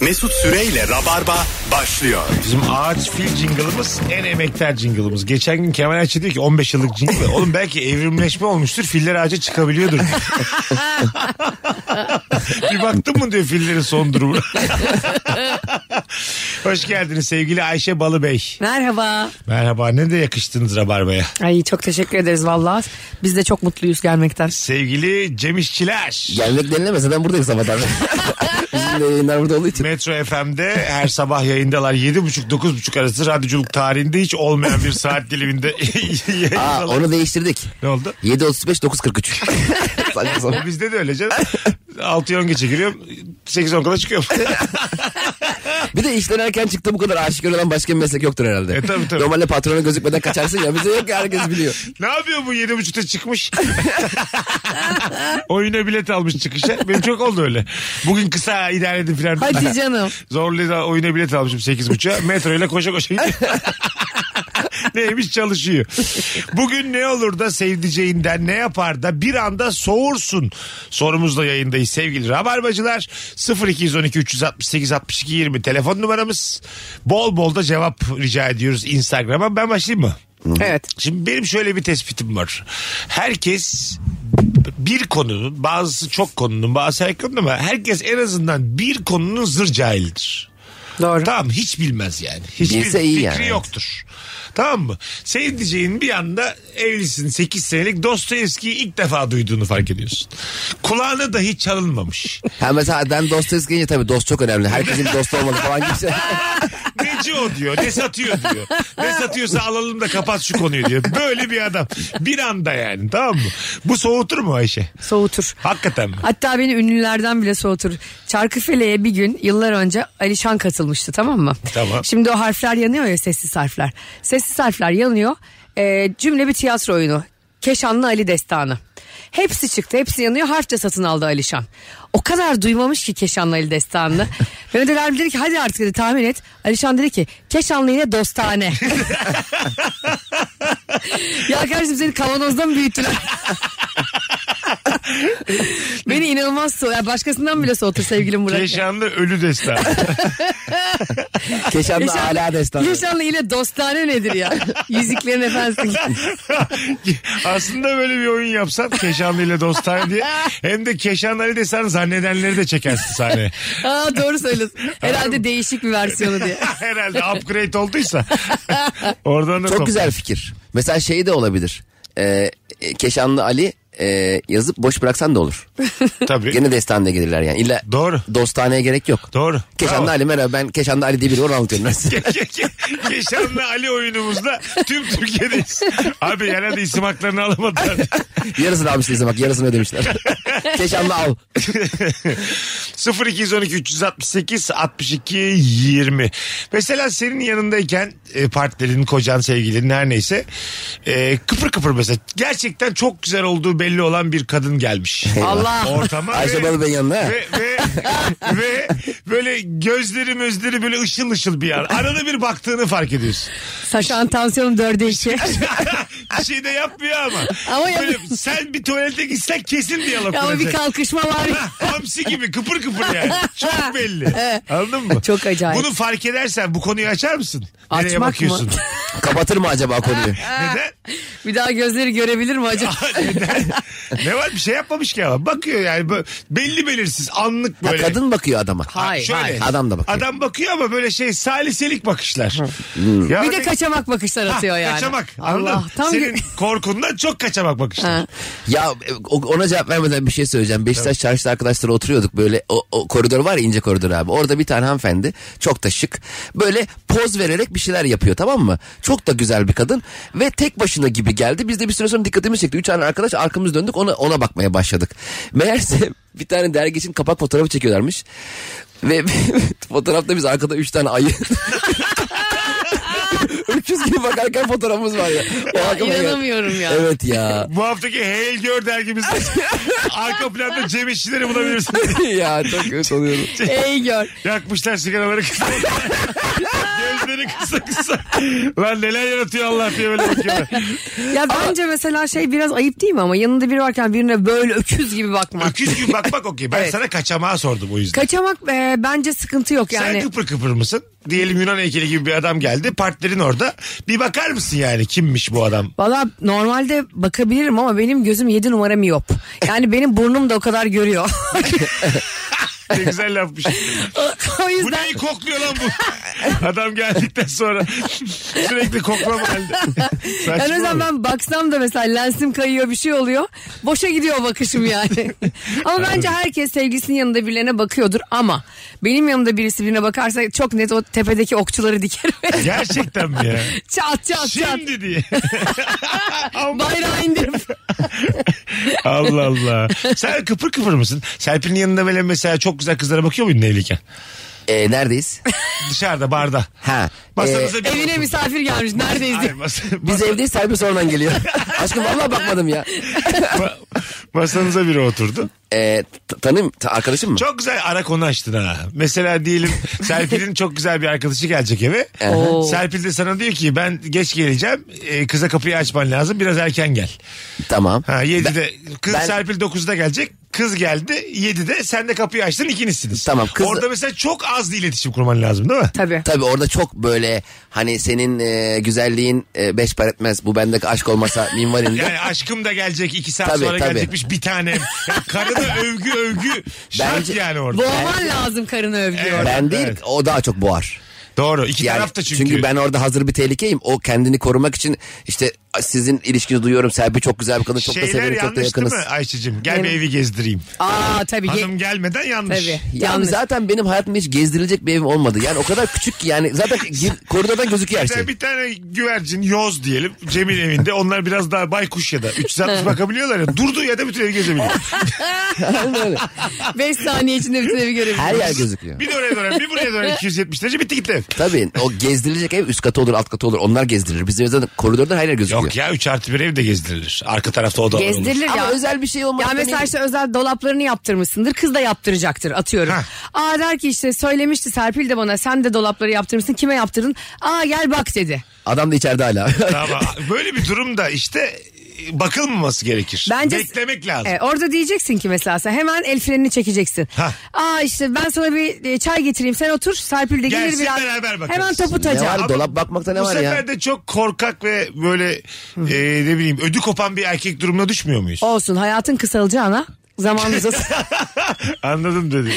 Mesut Süreyle Rabarba başlıyor. Bizim ağaç fil jingle'ımız en emektar jingle'ımız. Geçen gün Kemal Ayça diyor ki 15 yıllık jingle. Oğlum belki evrimleşme olmuştur. Filler ağaca çıkabiliyordur. Bir baktın mı diyor fillerin son durumuna. Hoş geldiniz sevgili Ayşe Balıbey. Merhaba. Merhaba ne de yakıştınız Rabarba'ya. Ay çok teşekkür ederiz vallahi. Biz de çok mutluyuz gelmekten. Sevgili Cem İşçiler. Gelmek denilemez. Zaten buradayız sabahtan. Bizim de yayınlar burada olduğu için. Metro FM'de her sabah yayındalar. 7.30-9.30 arası radyoculuk tarihinde hiç olmayan bir saat diliminde Aa, yayındalar. onu değiştirdik. Ne oldu? 7.35-9.43. Saçma sapan. O bizde de öyle canım. 6'ya 10 geçe giriyorum. 8-10 kadar çıkıyorum. bir de işten erken çıktı bu kadar aşık olan başka bir meslek yoktur herhalde. E, tabii, tabii. Normalde patrona gözükmeden kaçarsın ya. Bize yok ya, herkes biliyor. ne yapıyor bu yedi buçukta çıkmış? Oyuna bilet almış çıkışa. Benim çok oldu öyle. Bugün kısa idare edin filan. Hadi canım. Zorlu oyuna bilet almışım 8.30'a. Metro ile koşa koşa gidiyor. Neymiş çalışıyor. Bugün ne olur da sevdiceğinden ne yapar da bir anda soğursun. Sorumuzla yayındayız sevgili Rabarbacılar. 0212 368 62 20 telefon numaramız. Bol bol da cevap rica ediyoruz Instagram'a. Ben başlayayım mı? Evet. Şimdi benim şöyle bir tespitim var. Herkes bir konunun bazısı çok konunun bazısı her konunun ama herkes en azından bir konunun zır cahilidir. Doğru. Tamam hiç bilmez yani. Hiçbir Bilse iyi fikri yani. yoktur. Tamam mı? Sevdiceğin bir anda evlisin 8 senelik Dostoyevski'yi ilk defa duyduğunu fark ediyorsun. Kulağına dahi çalınmamış. Ha mesela ben dost deyince tabii dost çok önemli. Herkesin dostu olmalı falan gibi şey. Neci o diyor. Ne satıyor diyor. Ne satıyorsa alalım da kapat şu konuyu diyor. Böyle bir adam. Bir anda yani tamam mı? Bu soğutur mu Ayşe? Soğutur. Hakikaten mi? Hatta beni ünlülerden bile soğutur. Çarkıfele'ye bir gün yıllar önce Alişan katılmıştı tamam mı? Tamam. Şimdi o harfler yanıyor ya sessiz harfler. Sessiz harfler yanıyor. Ee, cümle bir tiyatro oyunu. Keşanlı Ali Destanı. Hepsi çıktı hepsi yanıyor harfçe satın aldı Alişan. O kadar duymamış ki Keşanlı Ali Destanı'nı. Mehmet Ali abi dedi ki hadi artık dedi tahmin et. Alişan dedi ki Keşanlı ile dostane. ya kardeşim seni kavanozda mı büyüttüler? Beni inanılmaz soğutur. Ya başkasından bile soğutur sevgilim Burak. Keşanlı ölü destan. Keşan da hala destanı. Yaşanlı ile dostane nedir ya? Yüzüklerin efendisi. Aslında böyle bir oyun yapsan Keşanlı ile dostane diye. Hem de Keşanlı Ali desen zannedenleri de çekersin sahneye. Aa, doğru söylüyorsun. Herhalde değişik bir versiyonu diye. Herhalde upgrade olduysa. Oradan da Çok topla. güzel fikir. Mesela şey de olabilir. Ee, e, Keşanlı Ali e, yazıp boş bıraksan da olur. Tabii. Gene destaneye gelirler yani. İlla Doğru. Dostaneye gerek yok. Doğru. Keşanlı Bravo. Ali merhaba ben Keşanlı Ali diye biri onu anlatıyorum ben size. Ke- ke- Keşanlı Ali oyunumuzda tüm Türkiye'deyiz. Abi herhalde isim haklarını alamadılar. yarısını almışlar izle bak yarısını ödemişler. Keşanlı al. 0212 368 62 20. Mesela senin yanındayken e, partnerin, kocan, sevgilin her neyse e, kıpır kıpır mesela gerçekten çok güzel olduğu belli olan bir kadın gelmiş. Allah. Ortama Ayşe ve- Balıbey'in yanına, ha? Ve, ve, ve böyle gözleri mözleri böyle ışıl ışıl bir yer. Arada bir baktığını fark ediyorsun. Saşan tansiyonum dörde iki. bir şey de yapmıyor ama. Ama Böyle yapıyor. sen bir tuvalete gitsen kesin diyalog Ama bir kuracak. kalkışma var. Hamsi gibi kıpır kıpır yani. Çok belli. Anladın mı? Çok acayip. Bunu fark edersen bu konuyu açar mısın? Nereye Açmak mı? bakıyorsun? Kapatır mı acaba konuyu? Neden? bir daha gözleri görebilir mi acaba? Neden? ne var bir şey yapmamış ki ama. Bakıyor yani bu- belli belirsiz anlık Ha, böyle. kadın bakıyor adama. Hayır, hayır. Adam da bakıyor. Adam bakıyor ama böyle şey saliselik bakışlar. Ya Bir ne- de kaçamak bakışlar atıyor Ha, yani. Kaçamak. Allah. Allah. Tam Senin gö- korkundan çok kaçamak bakışlar. Ya e, o- ona cevap vermeden bir şey söyleyeceğim. Beşiktaş çarşıda arkadaşlar oturuyorduk böyle o, o koridor var ya ince koridor abi. Orada bir tane hanımefendi çok da şık böyle poz vererek bir şeyler yapıyor tamam mı? Çok da güzel bir kadın ve tek başına gibi geldi. Biz de bir süre sonra dikkatimiz çekti. Üç tane arkadaş arkamız döndük ona, ona bakmaya başladık. Meğerse bir tane dergi için kapak fotoğrafı çekiyorlarmış. Ve fotoğrafta biz arkada üç tane ayı. Öküz gibi bakarken fotoğrafımız var ya. O aklıma geldi. inanamıyorum ya. Evet ya. Bu haftaki Heyl Gör dergimizde arka planda Cem İşçileri bulabilirsiniz. ya çok kötü oluyorum. Şey- Ey gör. Yakmışlar sigaraları kısa. Gözleri kısa kısa. Lan neler yaratıyor Allah diye böyle bakıyorlar. Ya bence mesela şey biraz ayıp değil mi ama yanında biri varken birine böyle öküz gibi bakmak. Öküz gibi bakmak okey. Ben Evet. sana kaçamağa sordum o yüzden. Kaçamak e, bence sıkıntı yok yani. Sen kıpır kıpır mısın? Diyelim Yunan heykeli gibi bir adam geldi. Partilerin orada. Bir bakar mısın yani kimmiş bu adam? Valla normalde bakabilirim ama benim gözüm 7 numara miyop. Yani benim burnum da o kadar görüyor. Ne güzel lafmış. o Bu yüzden neyi kokluyor lan bu? Adam geldikten sonra sürekli koklama halde. yani o Saçma yüzden mı? ben baksam da mesela lensim kayıyor bir şey oluyor. Boşa gidiyor o bakışım yani. ama bence herkes sevgilisinin yanında birilerine bakıyordur ama benim yanımda birisi birine bakarsa çok net o tepedeki okçuları dikerim. Gerçekten mi ya? çat çat çat. Şimdi diye. Ama- Bayrağı indirip. Allah Allah. Sen kıpır kıpır mısın? Serpil'in yanında böyle mesela çok güzel kızlara bakıyor muydun evliyken? Ee, neredeyiz? Dışarıda barda. Ha. ee, Masanıza bir Evine oturun. misafir gelmiş. Neredeyiz Hayır, diye. mas- biz evdeyiz servis oradan geliyor. Aşkım vallahi bakmadım ya. ma- masanıza biri oturdu. Ee, t- tanıyım ta- arkadaşım mı? Çok güzel ara konu açtın ha. Mesela diyelim Serpil'in çok güzel bir arkadaşı gelecek eve. Oo. Serpil de sana diyor ki ben geç geleceğim. Ee, kıza kapıyı açman lazım. Biraz erken gel. Tamam. Ha 7'de kız ben- Serpil 9'da gelecek. Kız geldi 7'de sen de kapıyı açtın ikinizsiniz. Tamam, kız- Orada mesela çok az iletişim kurman lazım değil mi? Tabii. Tabii orada çok böyle hani senin e, güzelliğin e, beş para etmez bu bendeki aşk olmasa minvalinde. Yani aşkım da gelecek iki saat Tabii, sonra tabii. gelecekmiş bir tanem. Yani karına övgü övgü şart Bence- yani orada. Boğman lazım karını övüyor. Evet. ben değil Evet. o daha çok boğar. Doğru iki Yani taraf da çünkü. ben orada hazır bir tehlikeyim. O kendini korumak için işte sizin ilişkinizi duyuyorum. Serpil çok güzel bir kadın. Çok da Şeyler severim. Çok da yanlış değil yakınız. mi Ayşe'cim? Gel bir Benim- evi gezdireyim. Aa tabii. Ye- Hanım gelmeden yanlış. Tabii. Yani Yanlış. zaten benim hayatımda hiç gezdirilecek bir evim olmadı. Yani o kadar küçük ki yani zaten gir- koridordan gözüküyor her şey. Mesela bir tane güvercin yoz diyelim Cem'in evinde onlar biraz daha baykuş ya da 360 bakabiliyorlar ya durduğu yerde bütün evi gezebiliyor. Beş saniye içinde bütün evi görebilirim. Her yer gözüküyor. bir de oraya döner bir buraya döner 270 derece bitti gitti ev. Tabii o gezdirilecek ev üst katı olur alt katı olur onlar gezdirir. Bizim zaten koridordan her yer gözüküyor. Yok ya 3 artı 1 ev de gezdirilir. Arka tarafta oda var olur. Gezdirilir Ama ya. özel bir şey olmaz. ya mesela işte özel dolaplarını yaptırmışsındır. Kız da yaptıracaktır atıyorum. Hah. Aa der ki işte söylemişti Serpil de bana sen de dolapları yaptırmışsın. Kime yaptırdın? Aa gel bak dedi. Adam da içeride hala. Tamam. Böyle bir durumda işte e, bakılmaması gerekir. Bence Beklemek lazım. E, orada diyeceksin ki mesela sen hemen el frenini çekeceksin. Hah. Aa işte ben sana bir e, çay getireyim sen otur. Serpil de gelir Gelsin biraz. beraber bakarız. Hemen topu ne taca. var Ama dolap bakmakta ne bu var sefer ya? de çok korkak ve böyle e, ne bileyim ödü kopan bir erkek durumuna düşmüyor muyuz? Olsun hayatın kısalacağına zamanınız az. Anladım dedi.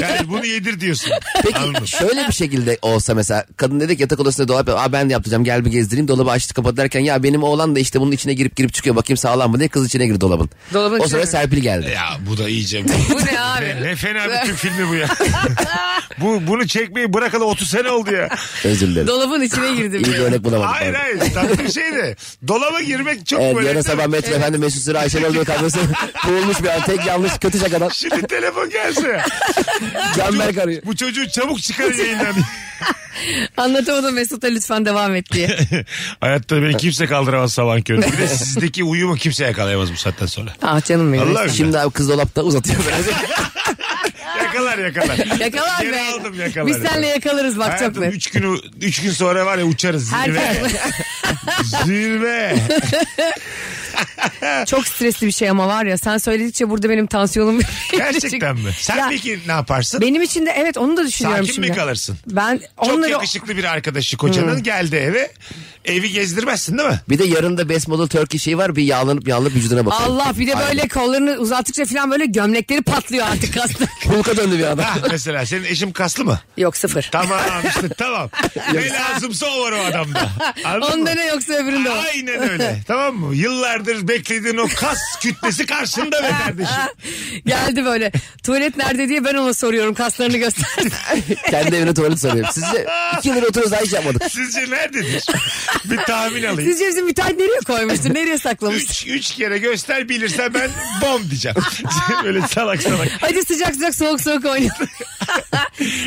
Yani bunu yedir diyorsun. Anladım. Peki şöyle bir şekilde olsa mesela kadın dedi ki yatak odasında dolap yap. Aa ben de yaptıracağım gel bir gezdireyim dolabı açtı kapat derken ya benim oğlan da işte bunun içine girip girip çıkıyor bakayım sağlam mı diye kız içine girdi dolabın. Dolabın o sırada içine mi? Serpil geldi. Ya bu da iyice. Bu ne abi? Ne, ne fena bir Türk filmi bu ya. bu, bunu çekmeyi bırakalı 30 sene oldu ya. Özür dilerim. Dolabın içine girdim. İyi bir örnek bulamadım. hayır pardon. hayır. Tatlı bir şey de. Dolaba girmek çok Evet, böyle. yarın sabah Metro Efendi Mesut Süre Ayşe Bölge kadrosu kurulmuş bir an. Tek yanlış kötü şakadan. Şimdi telefon gelse. Canberk arıyor. Bu çocuğu çabuk çıkarın yayından. Anlatamadım Mesut'a lütfen devam et diye. Hayatta beni kimse kaldıramaz sabah körü. Bir de sizdeki uyumu kimse yakalayamaz bu saatten sonra. Ah canım benim. Allah Şimdi abi kız dolapta uzatıyor. Yakalar yakalar. Yakalar Geri be. aldım yakalar. Biz seninle yakalarız bak çok Hayatım net. 3 günü üç gün sonra var ya uçarız zirve. Herkes zirve. çok stresli bir şey ama var ya sen söyledikçe burada benim tansiyonum şey Gerçekten mi? Sen Ya, peki ne yaparsın? Benim için de evet onu da düşünüyorum Sakin şimdi. mi kalırsın? Ben Çok onları Hmm. yakışıklı bir arkadaşı kocanın geldi eve. Evi gezdirmezsin değil mi? bir de yarın da Best Model Turkey şeyi var. Bir yağlanıp yağlanıp vücuduna bakalım. Allah bir de böyle kollarını uzattıkça falan böyle gömlekleri patlıyor artık kaslı. Hulka döndü bir adam. Ha, mesela senin eşim kaslı mı? Yok sıfır. Tamam işte tamam. ne lazımsa o var o adamda. Anladın mı? Onda ne yoksa öbüründe var. Aynen öyle. tamam mı? Yıllardır beklediğin o kas kütlesi karşında be kardeşim. Geldi böyle. Tuvalet nerede diye ben ona soruyorum kaslarını göster. Kendi evine tuvalet soruyorum. Sizce iki yıldır oturuyoruz daha hiç yapmadık. Sizce nerededir? Bir tahmin alayım. Sizce bizim bir tane nereye koymuştur? Nereye Üç, saklamıştır? üç kere göster bilirsen ben bom diyeceğim. Böyle salak salak. Hadi sıcak sıcak soğuk soğuk oynayalım.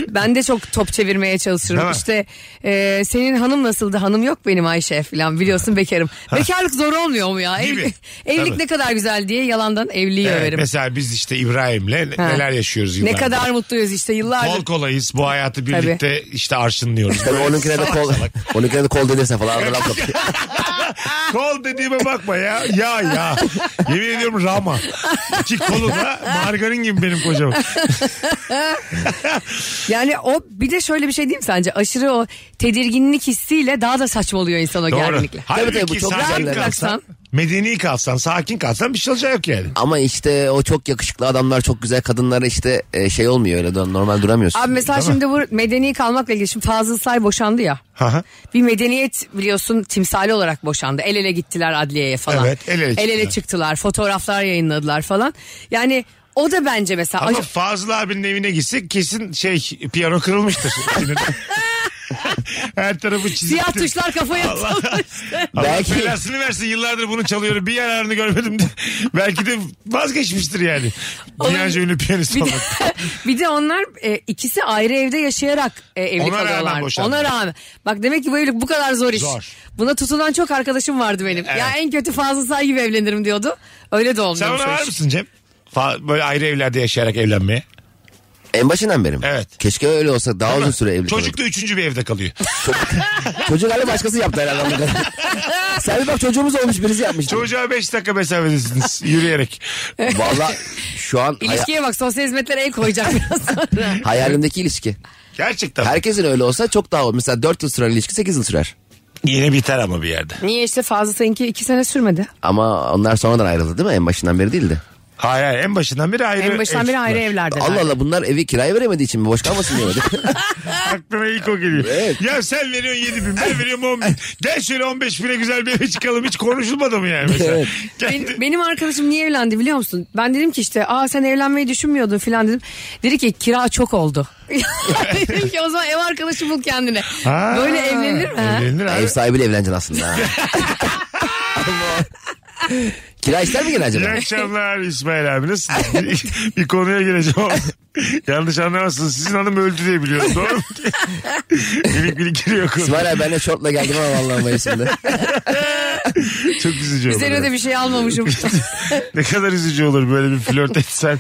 ben de çok top çevirmeye çalışırım. Değil mi? İşte e, senin hanım nasıldı? Hanım yok benim Ayşe falan biliyorsun bekarım. Bekarlık zor olmuyor mu ya? Ev- Gibi. evlilik Tabii. ne kadar güzel diye yalandan evliliği Evet, överim. mesela biz işte İbrahim'le ne- Ha. neler yaşıyoruz Ne yıllardır. kadar mutluyuz işte yıllardır. Kol kolayız bu hayatı birlikte işte arşınlıyoruz. Tabii Böyle onunkine de salak kol, salak. onunkine de kol denirse falan. adam kapatıyor. Kol dediğime bakma ya. Ya ya. Yemin ediyorum Rama. İki kolu da margarin gibi benim kocam. Yani o bir de şöyle bir şey diyeyim mi sence aşırı o tedirginlik hissiyle daha da saçmalıyor insan o Doğru. gerginlikle. Halbuki Tabii tabii, bu çok sakin güzel. kalsan, medeni kalsan, sakin kalsan bir şey olacak yok yani. Ama işte o çok yakışıklı adamlar çok güzel kadınlara işte e, şey olmuyor öyle dön- normal duramıyorsun. Abi mesela şimdi bu medeni kalmakla ilgili şimdi Fazıl Say boşandı ya. Aha. Bir medeniyet biliyorsun timsali olarak boşandı. El ele gittiler adliyeye falan. Evet, el ele çıktılar. çıktılar, Fotoğraflar yayınladılar falan. Yani o da bence mesela Ama Ay- Fazıl abinin evine gitsek kesin şey piyano kırılmıştır. Her tarafı çiziktir. siyah tuşlar kafaya atılmış. Allah Belki- belasını versin yıllardır bunu çalıyorum bir yararını görmedim diye. Belki de vazgeçmiştir yani. Olabilir. Dünyaca ünlü piyanist bir, de, olmak. bir de onlar e, ikisi ayrı evde yaşayarak e, evlilik Ona rağmen alıyorlar. boşandı. Ona rağmen. Bak demek ki bu evlilik bu kadar zor iş. Zor. Buna tutulan çok arkadaşım vardı benim. Ya en kötü Fazıl Say gibi evlenirim diyordu. Öyle de Sen olmuyormuş. ona o var iş. mısın Cem? Fa- böyle ayrı evlerde yaşayarak evlenmeye. En başından beri mi? Evet. Keşke öyle olsa daha uzun süre evlilik Çocuk da üçüncü bir evde kalıyor. olurdu. Çocuk hani başkası yaptı herhalde. bunu. Sen bir bak çocuğumuz olmuş birisi yapmış. Çocuğa beş dakika mesafedesiniz yürüyerek. Valla şu an haya- İlişkiye bak sosyal hizmetlere el koyacak biraz sonra. hayalimdeki ilişki. Gerçekten. Herkesin öyle olsa çok daha mesela 4 yıl süren ilişki 8 yıl sürer. Yine biter ama bir yerde. Niye işte Fazıl Say'ınki iki sene sürmedi. Ama onlar sonradan ayrıldı değil mi? En başından beri değildi. Hayır hayır en başından beri ayrı En baştan ev beri ayrı tuttular. evlerde. Allah Allah bunlar evi kiraya veremediği için mi? Boş kalmasın diye mi? Aklıma ilk o geliyor. Evet. Ya sen veriyorsun 7 bin ben veriyorum 10 bin. Gel şöyle 15 bine güzel bir eve çıkalım hiç konuşulmadı mı yani mesela? Evet. Gel- Benim, benim arkadaşım niye evlendi biliyor musun? Ben dedim ki işte aa sen evlenmeyi düşünmüyordun filan dedim. Dedi ki kira çok oldu. dedim ki o zaman ev arkadaşı bul kendine. Ha, Böyle evlenir mi? ha? Evlenir abi. Ev sahibiyle evleneceksin aslında. ha. Allah. Kira ister mi gene acaba? İyi akşamlar İsmail abi nasılsınız? bir, bir konuya gireceğim. Yanlış anlamazsınız. Sizin hanım öldü diye biliyorum doğru mu? bilik bilik giriyor konu. İsmail abi ben de şortla geldim ama vallahi mevsimde. Çok üzücü olur. Üzerine de bir şey almamışım. Ne kadar üzücü olur böyle bir flört etsen.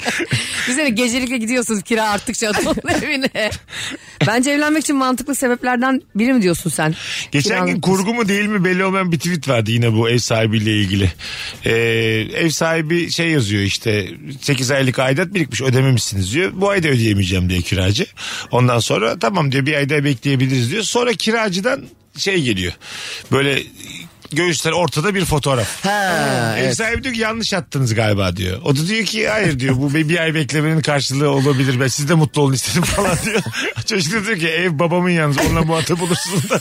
Üzerine gecelikle gidiyorsunuz kira arttıkça adamın evine. Bence evlenmek için mantıklı sebeplerden biri mi diyorsun sen? Geçen Kiranın- gün kurgu mu değil mi belli olmayan bir tweet vardı yine bu ev sahibiyle ilgili. Ee, ev sahibi şey yazıyor işte 8 aylık aidat birikmiş ödememişsiniz diyor. Bu ayda ödeyemeyeceğim diyor kiracı. Ondan sonra tamam diyor bir ayda bekleyebiliriz diyor. Sonra kiracıdan şey geliyor. Böyle göğüsler ortada bir fotoğraf. Ha, ev evet. sahibi diyor ki yanlış attınız galiba diyor. O da diyor ki hayır diyor bu bir bir ay beklemenin karşılığı olabilir. Ben siz de mutlu olun istedim falan diyor. Çocuk da diyor ki ev babamın yalnız onunla muhatap olursunuz da.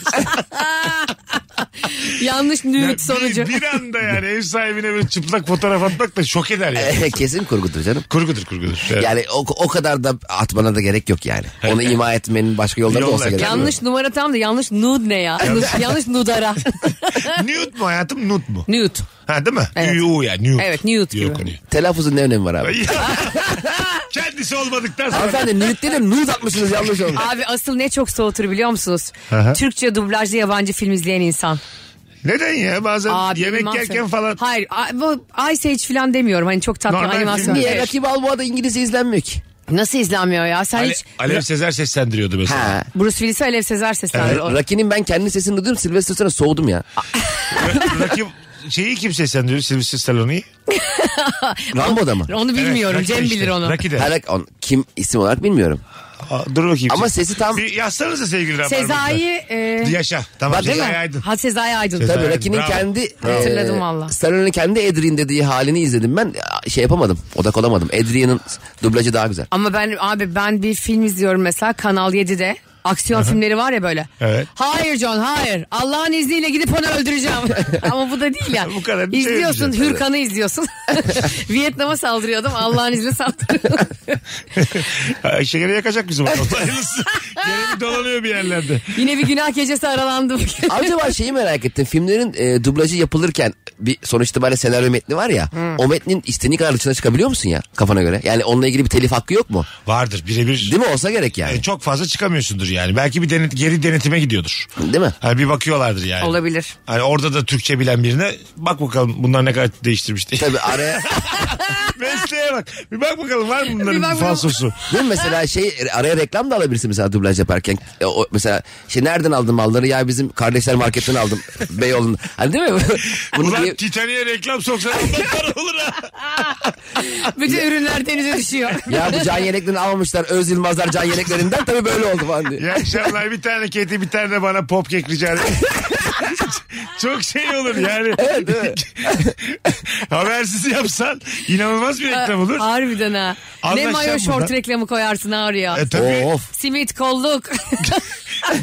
Yanlış nüvit Ya sonucu. Bir, bir anda yani ev sahibine böyle çıplak fotoğraf atmak da şok eder yani. Kesin kurgudur canım. kurgudur kurgudur. Evet. Yani o, o kadar da atmana da gerek yok yani. Onu ima etmenin başka yolları da Yollar. olsa gerek. yok. Yanlış numara tam da yanlış nude ne ya? Nude- yanlış nudara. Nude mu hayatım nude mu? nude. Ha değil mi? Evet. Nude yani nude. Evet, nude gibi. Yok, nude. Telaffuzun ne önemi var abi? Kendi sevgilisi olmadıktan sonra. Hanımefendi nüritleri nude atmışsınız yanlış olmuş. Abi asıl ne çok soğutur biliyor musunuz? Aha. Türkçe dublajlı yabancı film izleyen insan. Neden ya bazen Abi, yemek animasyon. yerken falan. Hayır a- bu Ice Age falan demiyorum. Hani çok tatlı Normal animasyon. film. Niye rakip Balboa da İngilizce izlenmiyor ki? Nasıl izlenmiyor ya? Sen Ale- hiç Alev Sezer seslendiriyordu mesela. Ha. Bruce Willis'i Alev Sezer seslendi. O- Raki'nin ben kendi sesini duydum Sylvester Stallone'a soğudum ya. Ra- Rakip şeyi kim seslendiriyor? Sylvester Stallone'yi. Rambo'da mı? Onu bilmiyorum. Evet, Rocky Cem işte. bilir onu. Rocky de. Ha, Rak- on- kim isim olarak bilmiyorum. Aa, Dur bakayım. Ama sesi tam- Bir yazsanıza sevgili Rabarba. Sezai... E... Yaşa. Tamam Bak, değil Sezai mi? Aydın. Ha Sezai Aydın. Sezai. Tabii Evet, Raki'nin bravo. kendi Hatırladım valla. Stallone'un kendi Adrian dediği halini izledim ben. Ya, Şey yapamadım. Odak olamadım. Adrian'ın dublajı daha güzel. Ama ben abi ben bir film izliyorum mesela Kanal 7'de. Aksiyon filmleri var ya böyle. Evet. Hayır John hayır. Allah'ın izniyle gidip onu öldüreceğim. Ama bu da değil ya. Bu kadar bir şey İzliyorsun yapacağız. Hürkan'ı izliyorsun. Vietnam'a saldırıyor adam Allah'ın izniyle saldırıyor. Ayşe gene yakacak bizim adam. Hayırlısı. Gene bir dolanıyor bir yerlerde. Yine bir günah gecesi aralandı. bugün. Acaba şeyi merak ettim. Filmlerin e, dublajı yapılırken bir sonuç itibariyle senaryo metni var ya. Hmm. O metnin istediğin kadar dışına çıkabiliyor musun ya kafana göre? Yani onunla ilgili bir telif hakkı yok mu? Vardır birebir. Değil mi olsa gerek yani. E, çok fazla çıkamıyorsundur yani. Belki bir denet, geri denetime gidiyordur. Değil mi? Hani bir bakıyorlardır yani. Olabilir. Hani orada da Türkçe bilen birine bak bakalım bunlar ne kadar değiştirmiş diye. Tabii araya Mesleğe bak. Bir bak bakalım var mı bunların Bir bak bir bakalım. falsosu? değil mi? mesela şey araya reklam da alabilirsin mesela dublaj yaparken. E, o, mesela şey nereden aldın malları? Ya bizim kardeşler marketten aldım. Beyoğlu'nda. Hani değil mi? Bunu Ulan diye- Titanic'e reklam soksan ondan para olur ha. Bütün ürünler denize düşüyor. Ya bu can yeleklerini almamışlar. Öz Yılmazlar can yeleklerinden tabii böyle oldu falan diye. İyi akşamlar bir tane kedi bir tane de bana pop kek rica ederim. Çok şey olur yani. Habersiz yapsan inanılmaz bir reklam olur. Harbiden ha. Ne Anlaşacağım mayo şort bundan. reklamı koyarsın ağır ya. E tabii Of. Simit kolluk.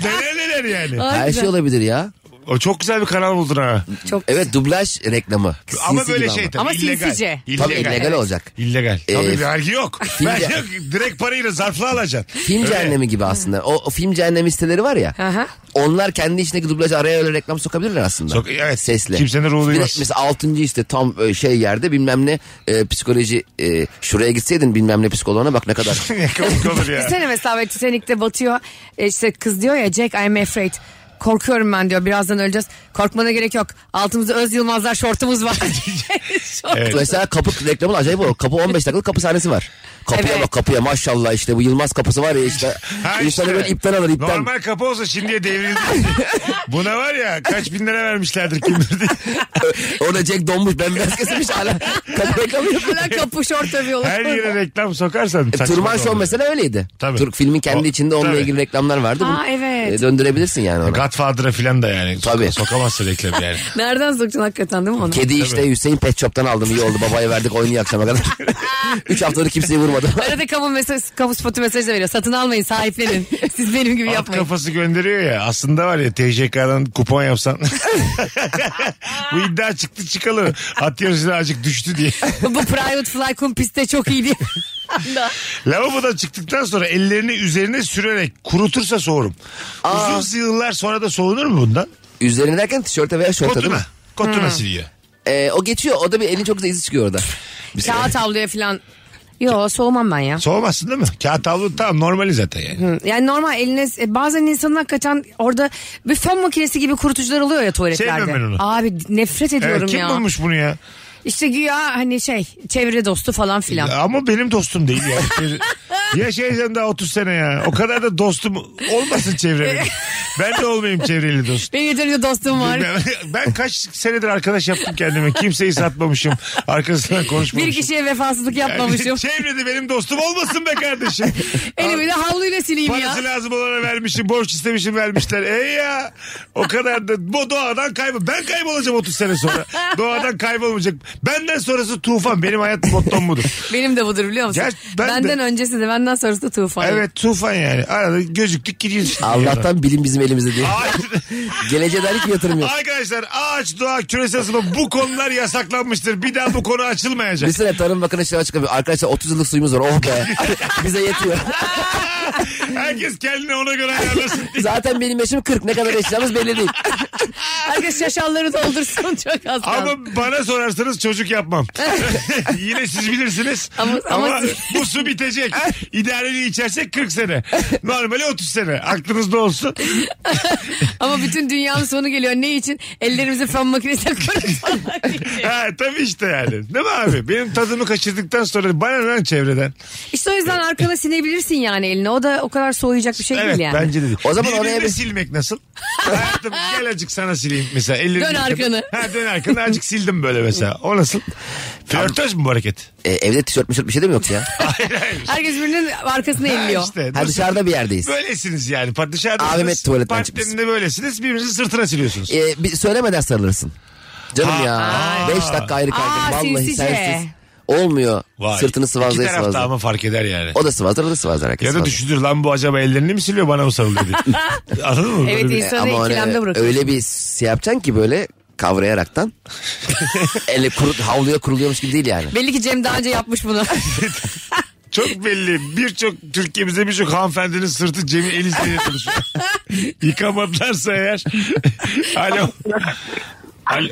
neler neler yani. Her şey Harbiden. olabilir ya. O çok güzel bir kanal buldun ha. Çok Evet dublaj reklamı. ama Sinsi böyle gibi şey tabii Ama illegal. sinsice. İllegal. Tabii illegal olacak. İllegal. Ee, Tabii vergi yok. filmce- Vergi yok. Direkt parayla zarfla alacaksın. Film Öyle. cehennemi gibi aslında. O, o film cehennemi siteleri var ya. Aha. Onlar kendi içindeki dublajı araya öyle reklam sokabilirler aslında. Sok- evet. Sesle. Kimsenin ruhu Bir de duymaz. Mesela 6. işte tam e, şey yerde bilmem ne e, psikoloji e, şuraya gitseydin bilmem ne psikoloğuna bak ne kadar. ne komik olur ya. Düşünsene mesela böyle Titanic'te batıyor. E işte kız diyor ya Jack I'm afraid. Korkuyorum ben diyor. Birazdan öleceğiz. Korkmana gerek yok. Altımızda Öz Yılmazlar şortumuz var. Şort. Mesela kapı reklamı acayip olur. Kapı 15 dakikalık kapı sahnesi var. Kapıya Evet. bak kapıya maşallah işte bu Yılmaz kapısı var ya işte. Ha İnsanı işte. böyle ipten alır ipten. Normal kapı olsa şimdiye devrildi. Buna var ya kaç bin lira vermişlerdir kim bilir diye. Orada Jack donmuş ben biraz kesilmiş hala. Kapı reklamı yapıyor. Ulan kapı şort övüyorlar. Her yere reklam sokarsan. E, saçma Turman da Show olur. mesela öyleydi. Tabii. Türk filmin kendi O- içinde onunla tabii. ilgili reklamlar vardı. Aa, Bunu, evet. e, döndürebilirsin yani ona. Godfather'a filan da yani. Tabii. Sokamazsın reklam yani. Nereden sokacaksın hakikaten değil mi onu? Kedi işte Hüseyin Pet Shop'tan aldım iyi oldu babaya verdik oynuyor akşama kadar. Üç haftadır kimseyi vurmadı. Arada kamu, mesaj, kamu spotu mesajı da veriyor. Satın almayın sahiplenin. Siz benim gibi At yapmayın. kafası gönderiyor ya. Aslında var ya TCK'dan kupon yapsan. Bu iddia çıktı çıkalı. Atıyoruz size azıcık düştü diye. Bu private fly kum pistte çok iyi diye. Lavabodan çıktıktan sonra ellerini üzerine sürerek kurutursa soğurum. Uzun yıllar sonra da soğunur mu bundan? E, Üzerine derken tişörte veya şorta değil mi? Kotuna. Kotuna siliyor. E, o geçiyor o da bir elin çok güzel izi çıkıyor orada. şey- Kağıt havluya falan. Yo soğumam ben ya. Soğumazsın değil mi? Kağıt havlu tamam normali zaten yani. Yani normal eline e, bazen insanın hakikaten orada bir fön makinesi gibi kurutucular oluyor ya tuvaletlerde. Sevmiyorum ben onu. Abi nefret Evet, ediyorum kim ya. bulmuş bunu ya? İşte güya hani şey çevre dostu falan filan. Ama benim dostum değil yani. Yaşayacağım daha 30 sene ya. O kadar da dostum olmasın çevreli. ben de olmayayım çevreli dost. Benim yeterince dostum var. Ben, ben kaç senedir arkadaş yaptım kendime. Kimseyi satmamışım. Arkasından konuşmamışım. Bir kişiye vefasızlık Yani yapmamışım. çevrede benim dostum olmasın be kardeşim. Elimi de havluyla sileyim ya. Parası lazım olana vermişim. Borç istemişim vermişler. Ey ya. O kadar da bu doğadan kaybol. Ben kaybolacağım 30 sene sonra. doğadan kaybolmayacak. Benden sonrası tufan. Benim hayat mottom budur. Benim de budur biliyor musun? Gel, ben de- Benden öncesi de benden sonrası da tufan. Evet tufan yani. Arada gözüktük gidiyoruz. işte. Allah'tan bilim bizim elimizde değil. Ağaç- Geleceğe dair bir yatırım yok. Arkadaşlar ağaç doğa küresel ısınma bu konular yasaklanmıştır. Bir daha bu konu açılmayacak. Bir sene tarım bakanı şey açıklamış. Arkadaşlar 30 yıllık suyumuz var oh be. Bize yetiyor. Her Herkes kendine ona göre ayarlasın. Zaten benim yaşım 40 ne kadar yaşayacağımız belli değil. Herkes yaşalları doldursun çok az kaldı. Ama bana sorarsanız çocuk yapmam. Yine siz bilirsiniz. Ama, Ama- ama siz- bu su bitecek. İdareli içersek 40 sene. Normali 30 sene. Aklınızda olsun. Ama bütün dünyanın sonu geliyor. Ne için? Ellerimizi fön makinesine kurutmak için. Ha, tabii işte yani. Değil mi abi? Benim tadımı kaçırdıktan sonra bana ne lan çevreden? İşte o yüzden arkana sinebilirsin yani elini. O da o kadar soğuyacak bir şey Evet değil yani. bence de değil. O zaman Birbirini oraya bir- silmek nasıl? Hayatım gel acık sana sileyim mesela. Ellerini Dön yıkadım. arkanı. Ha, dön arkanı acık sildim böyle mesela. O nasıl? Flörtöz mü bu hareket? E, evde tişört mişört bir şey de mi yok ya? Herkes birbirinin arkasına elliyor. İşte, Ha nasıl? dışarıda bir yerdeyiz. Böylesiniz yani. Part- Dışarıdasınız. Ahmet tuvaletten Partilerinde böylesiniz. Birbirinizi sırtına siliyorsunuz. E, bir söylemeden sarılırsın. Canım Ha, ya. aa. 5 dakika ayrı kaldım. Aa, Vallahi sinsice. sensiz. Olmuyor. Sırtını sıvazlaya İki taraf da sıvazlaya. ama fark eder yani. O da sıvazlar o da sıvazlar. Herkes ya da sıvazlar. düşünür lan bu acaba ellerini mi siliyor bana mı sarılıyor diye. Anladın mı? Evet, Böyle bir- iyi. İnsanı ikilemde öyle, bırakıyorsun. hani öyle bir şey yapacaksın ki böyle kavrayaraktan. Elle kuru, havluya kuruluyormuş gibi değil yani. Belli ki Cem daha önce yapmış bunu. Çok belli. Birçok Türkiye'mizde birçok hanımefendinin sırtı Cem'in el izleriyle çalışıyor. Yıkamadılarsa eğer. alo. alo.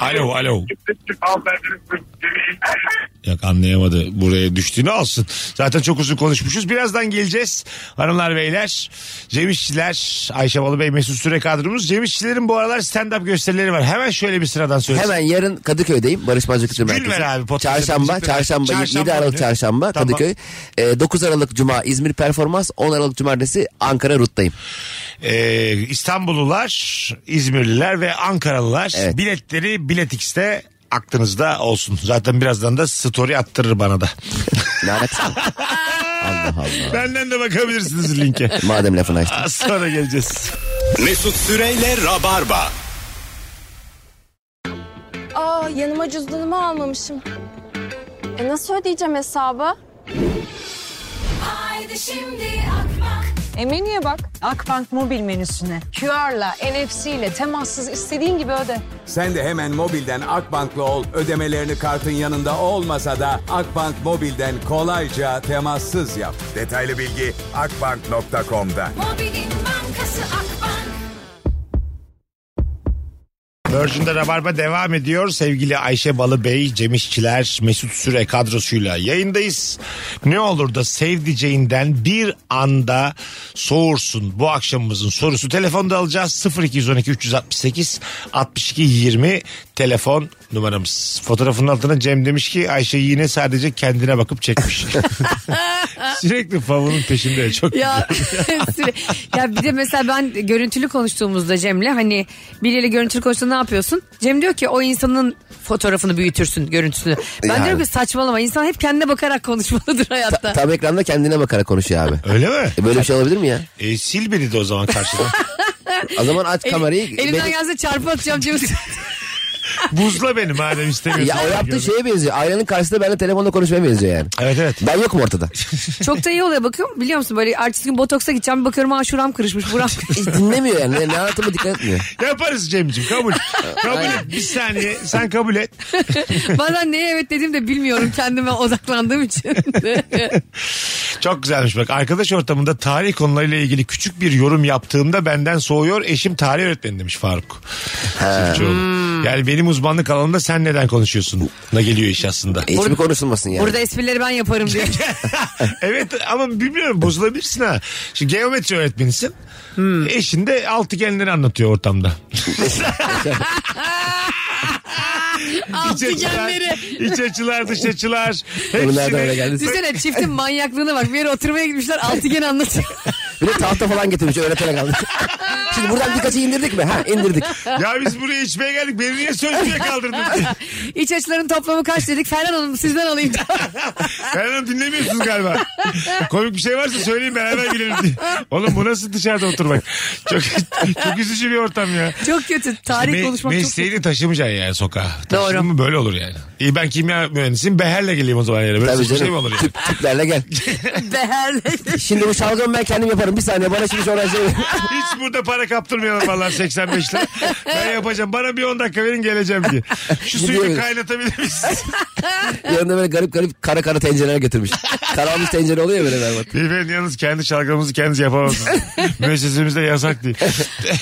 Alo alo. Yok anlayamadı buraya düştüğünü alsın. Zaten çok uzun konuşmuşuz. Birazdan geleceğiz. Hanımlar beyler. Cem İşçiler, Ayşe Balı Bey Mesut Süre kadromuz. Cem İşçilerin bu aralar stand-up gösterileri var. Hemen şöyle bir sıradan söylesin. Hemen yarın Kadıköy'deyim. Barış Manço Kültür Gülver Merkezi. abi, podcast Çarşamba, yapacak. çarşamba, Çarşamba 7 Aralık günü. Çarşamba Tamam. Kadıköy. E, 9 Aralık Cuma İzmir Performans, 10 Aralık Cumartesi Ankara Rut'tayım. Ee, İstanbullular, İzmirliler ve Ankaralılar Evet. biletleri Bilet X'te aklınızda olsun. Zaten birazdan da story attırır bana da. Lanet. Allah Allah. Benden de bakabilirsiniz linke. Madem lafını açtın. Az sonra geleceğiz. Mesut Süreyle Rabarba. Aa yanıma cüzdanımı almamışım. E nasıl ödeyeceğim hesabı? Menüye bak. Akbank mobil menüsüne. QR'la, NFC ile temassız istediğin gibi öde. Sen de hemen mobilden Akbank'la ol. Ödemelerini kartın yanında olmasa da Akbank mobilden kolayca temassız yap. Detaylı bilgi akbank.com'da. Virgin'de Rabarba devam ediyor. Sevgili Ayşe Balıbey, Cem İşçiler, Mesut Süre kadrosuyla yayındayız. Ne olur da sevdiceğinden bir anda soğursun bu akşamımızın sorusu. Telefonda alacağız 0212 368 62 20 telefon numaramız. Fotoğrafın altına Cem demiş ki Ayşe yine sadece kendine bakıp çekmiş. Sürekli favunun peşinde çok ya süre- ya bir de mesela ben görüntülü konuştuğumuzda Cem'le hani biriyle görüntülü konuştuğunda ne yapıyorsun? Cem diyor ki o insanın fotoğrafını büyütürsün görüntüsünü. Ben Yani. diyorum ki saçmalama insan hep kendine bakarak konuşmalıdır hayatta. Tam ekranda kendine bakarak konuşuyor abi. Öyle mi? E, Böyle bir şey olabilir mi ya? E, sil beni de o zaman karşıdan. O zaman aç Eli- kamerayı. elimden beni- gelse çarpı atacağım Cem'in Buzla beni madem istemiyorsun. Ya o yaptığı şeye benziyor. Ailenin karşısında benimle telefonla konuşmaya benziyor yani. Evet evet. Ben yokum ortada. Çok da iyi oluyor bakıyorum biliyor musun böyle ertesi gün botoksa gideceğim bakıyorum ha şuram kırışmış buram kırışmış. Hiç dinlemiyor yani. Ne, ne anlatıma dikkat etmiyor. Yaparız Cem'ciğim kabul. kabul et bir saniye sen kabul et. Bazen neye evet dedim de bilmiyorum kendime odaklandığım için. Çok güzelmiş bak arkadaş ortamında tarih konularıyla ilgili küçük bir yorum yaptığımda benden soğuyor eşim tarih öğretmeni demiş Faruk. Çiftçioğlu. Hmm. Yani benim uzmanlık alanımda sen neden konuşuyorsun? Na geliyor iş aslında. Hiçbir konuşulmasın yani. Burada esprileri ben yaparım diyor. evet ama bilmiyorum bozulabilirsin ha. Şimdi geometri öğretmenisin. Hmm. Eşin de altıgenleri anlatıyor ortamda. Altıgenleri. İç açılar dış açılar. Bunu nereden öyle Hepsini geldi? Düşünsene çiftin manyaklığına bak. Bir yere oturmaya gitmişler altıgen anlatıyor. Bir de tahta falan getirmiş öğretene kaldı. Şimdi buradan birkaçı indirdik mi? Ha indirdik. Ya biz buraya içmeye geldik. Beni niye sözlüğe kaldırdın? İç açıların toplamı kaç dedik. Ferhan Hanım sizden alayım. Ferhan Hanım dinlemiyorsunuz galiba. Komik bir şey varsa söyleyin beraber gülelim diye. Oğlum bu nasıl dışarıda oturmak? Çok, çok üzücü bir ortam ya. çok kötü. Tarih Me- konuşmak mesleğini taşımayacaksın yani sokağa. Taşıdın Doğru. mı böyle olur yani. İyi ben kimya mühendisiyim. Beherle geleyim o zaman yere. Böyle Tabii saçma şey mi olur canım. yani? Tüp, tüplerle gel. çok değerli. Şimdi bu şalgamı ben kendim yaparım. Bir saniye bana şimdi şu oraya şey- Hiç burada para Sana kaptırmayalım vallahi 85'le. Ben yapacağım. Bana bir 10 dakika verin geleceğim diye. Şu suyu bir Gidiyoruz. kaynatabilir miyiz? Yanında böyle garip garip kara kara tencereler getirmiş. Kararmış tencere oluyor ya böyle berbat. Beyefendi yalnız kendi şalgamımızı kendiniz yapamazsınız. Müessesemizde yasak diye.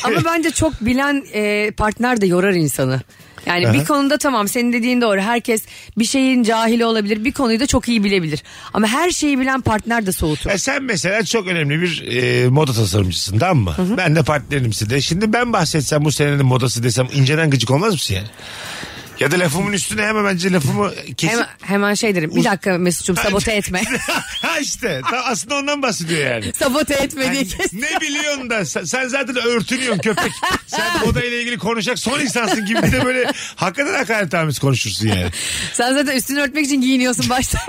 Ama bence çok bilen e, partner de yorar insanı. Yani bir konuda tamam senin dediğin doğru. Herkes bir şeyin cahili olabilir. Bir konuyu da çok iyi bilebilir. Ama her şeyi bilen partner de soğutur. Ya E sen mesela çok önemli bir e, moda tasarımcısın tamam mı? Ben de partnerimsin de. Şimdi ben bahsetsem bu senenin modası desem inceden gıcık olmaz mısın yani? Ya da lafımın üstüne hemen bence lafımı kesip... Hemen, hemen şey derim. Bir dakika Mesut'cum sabote etme. ha işte ta- aslında ondan bahsediyor yani. sabote etme diye Yani kes. ne biliyorsun da sen, sen zaten örtünüyorsun köpek. Sen moda ile ilgili konuşacak son insansın gibi bir de böyle hakikaten hakaretamiz konuşursun yani. Sen zaten üstünü örtmek için giyiniyorsun baştan.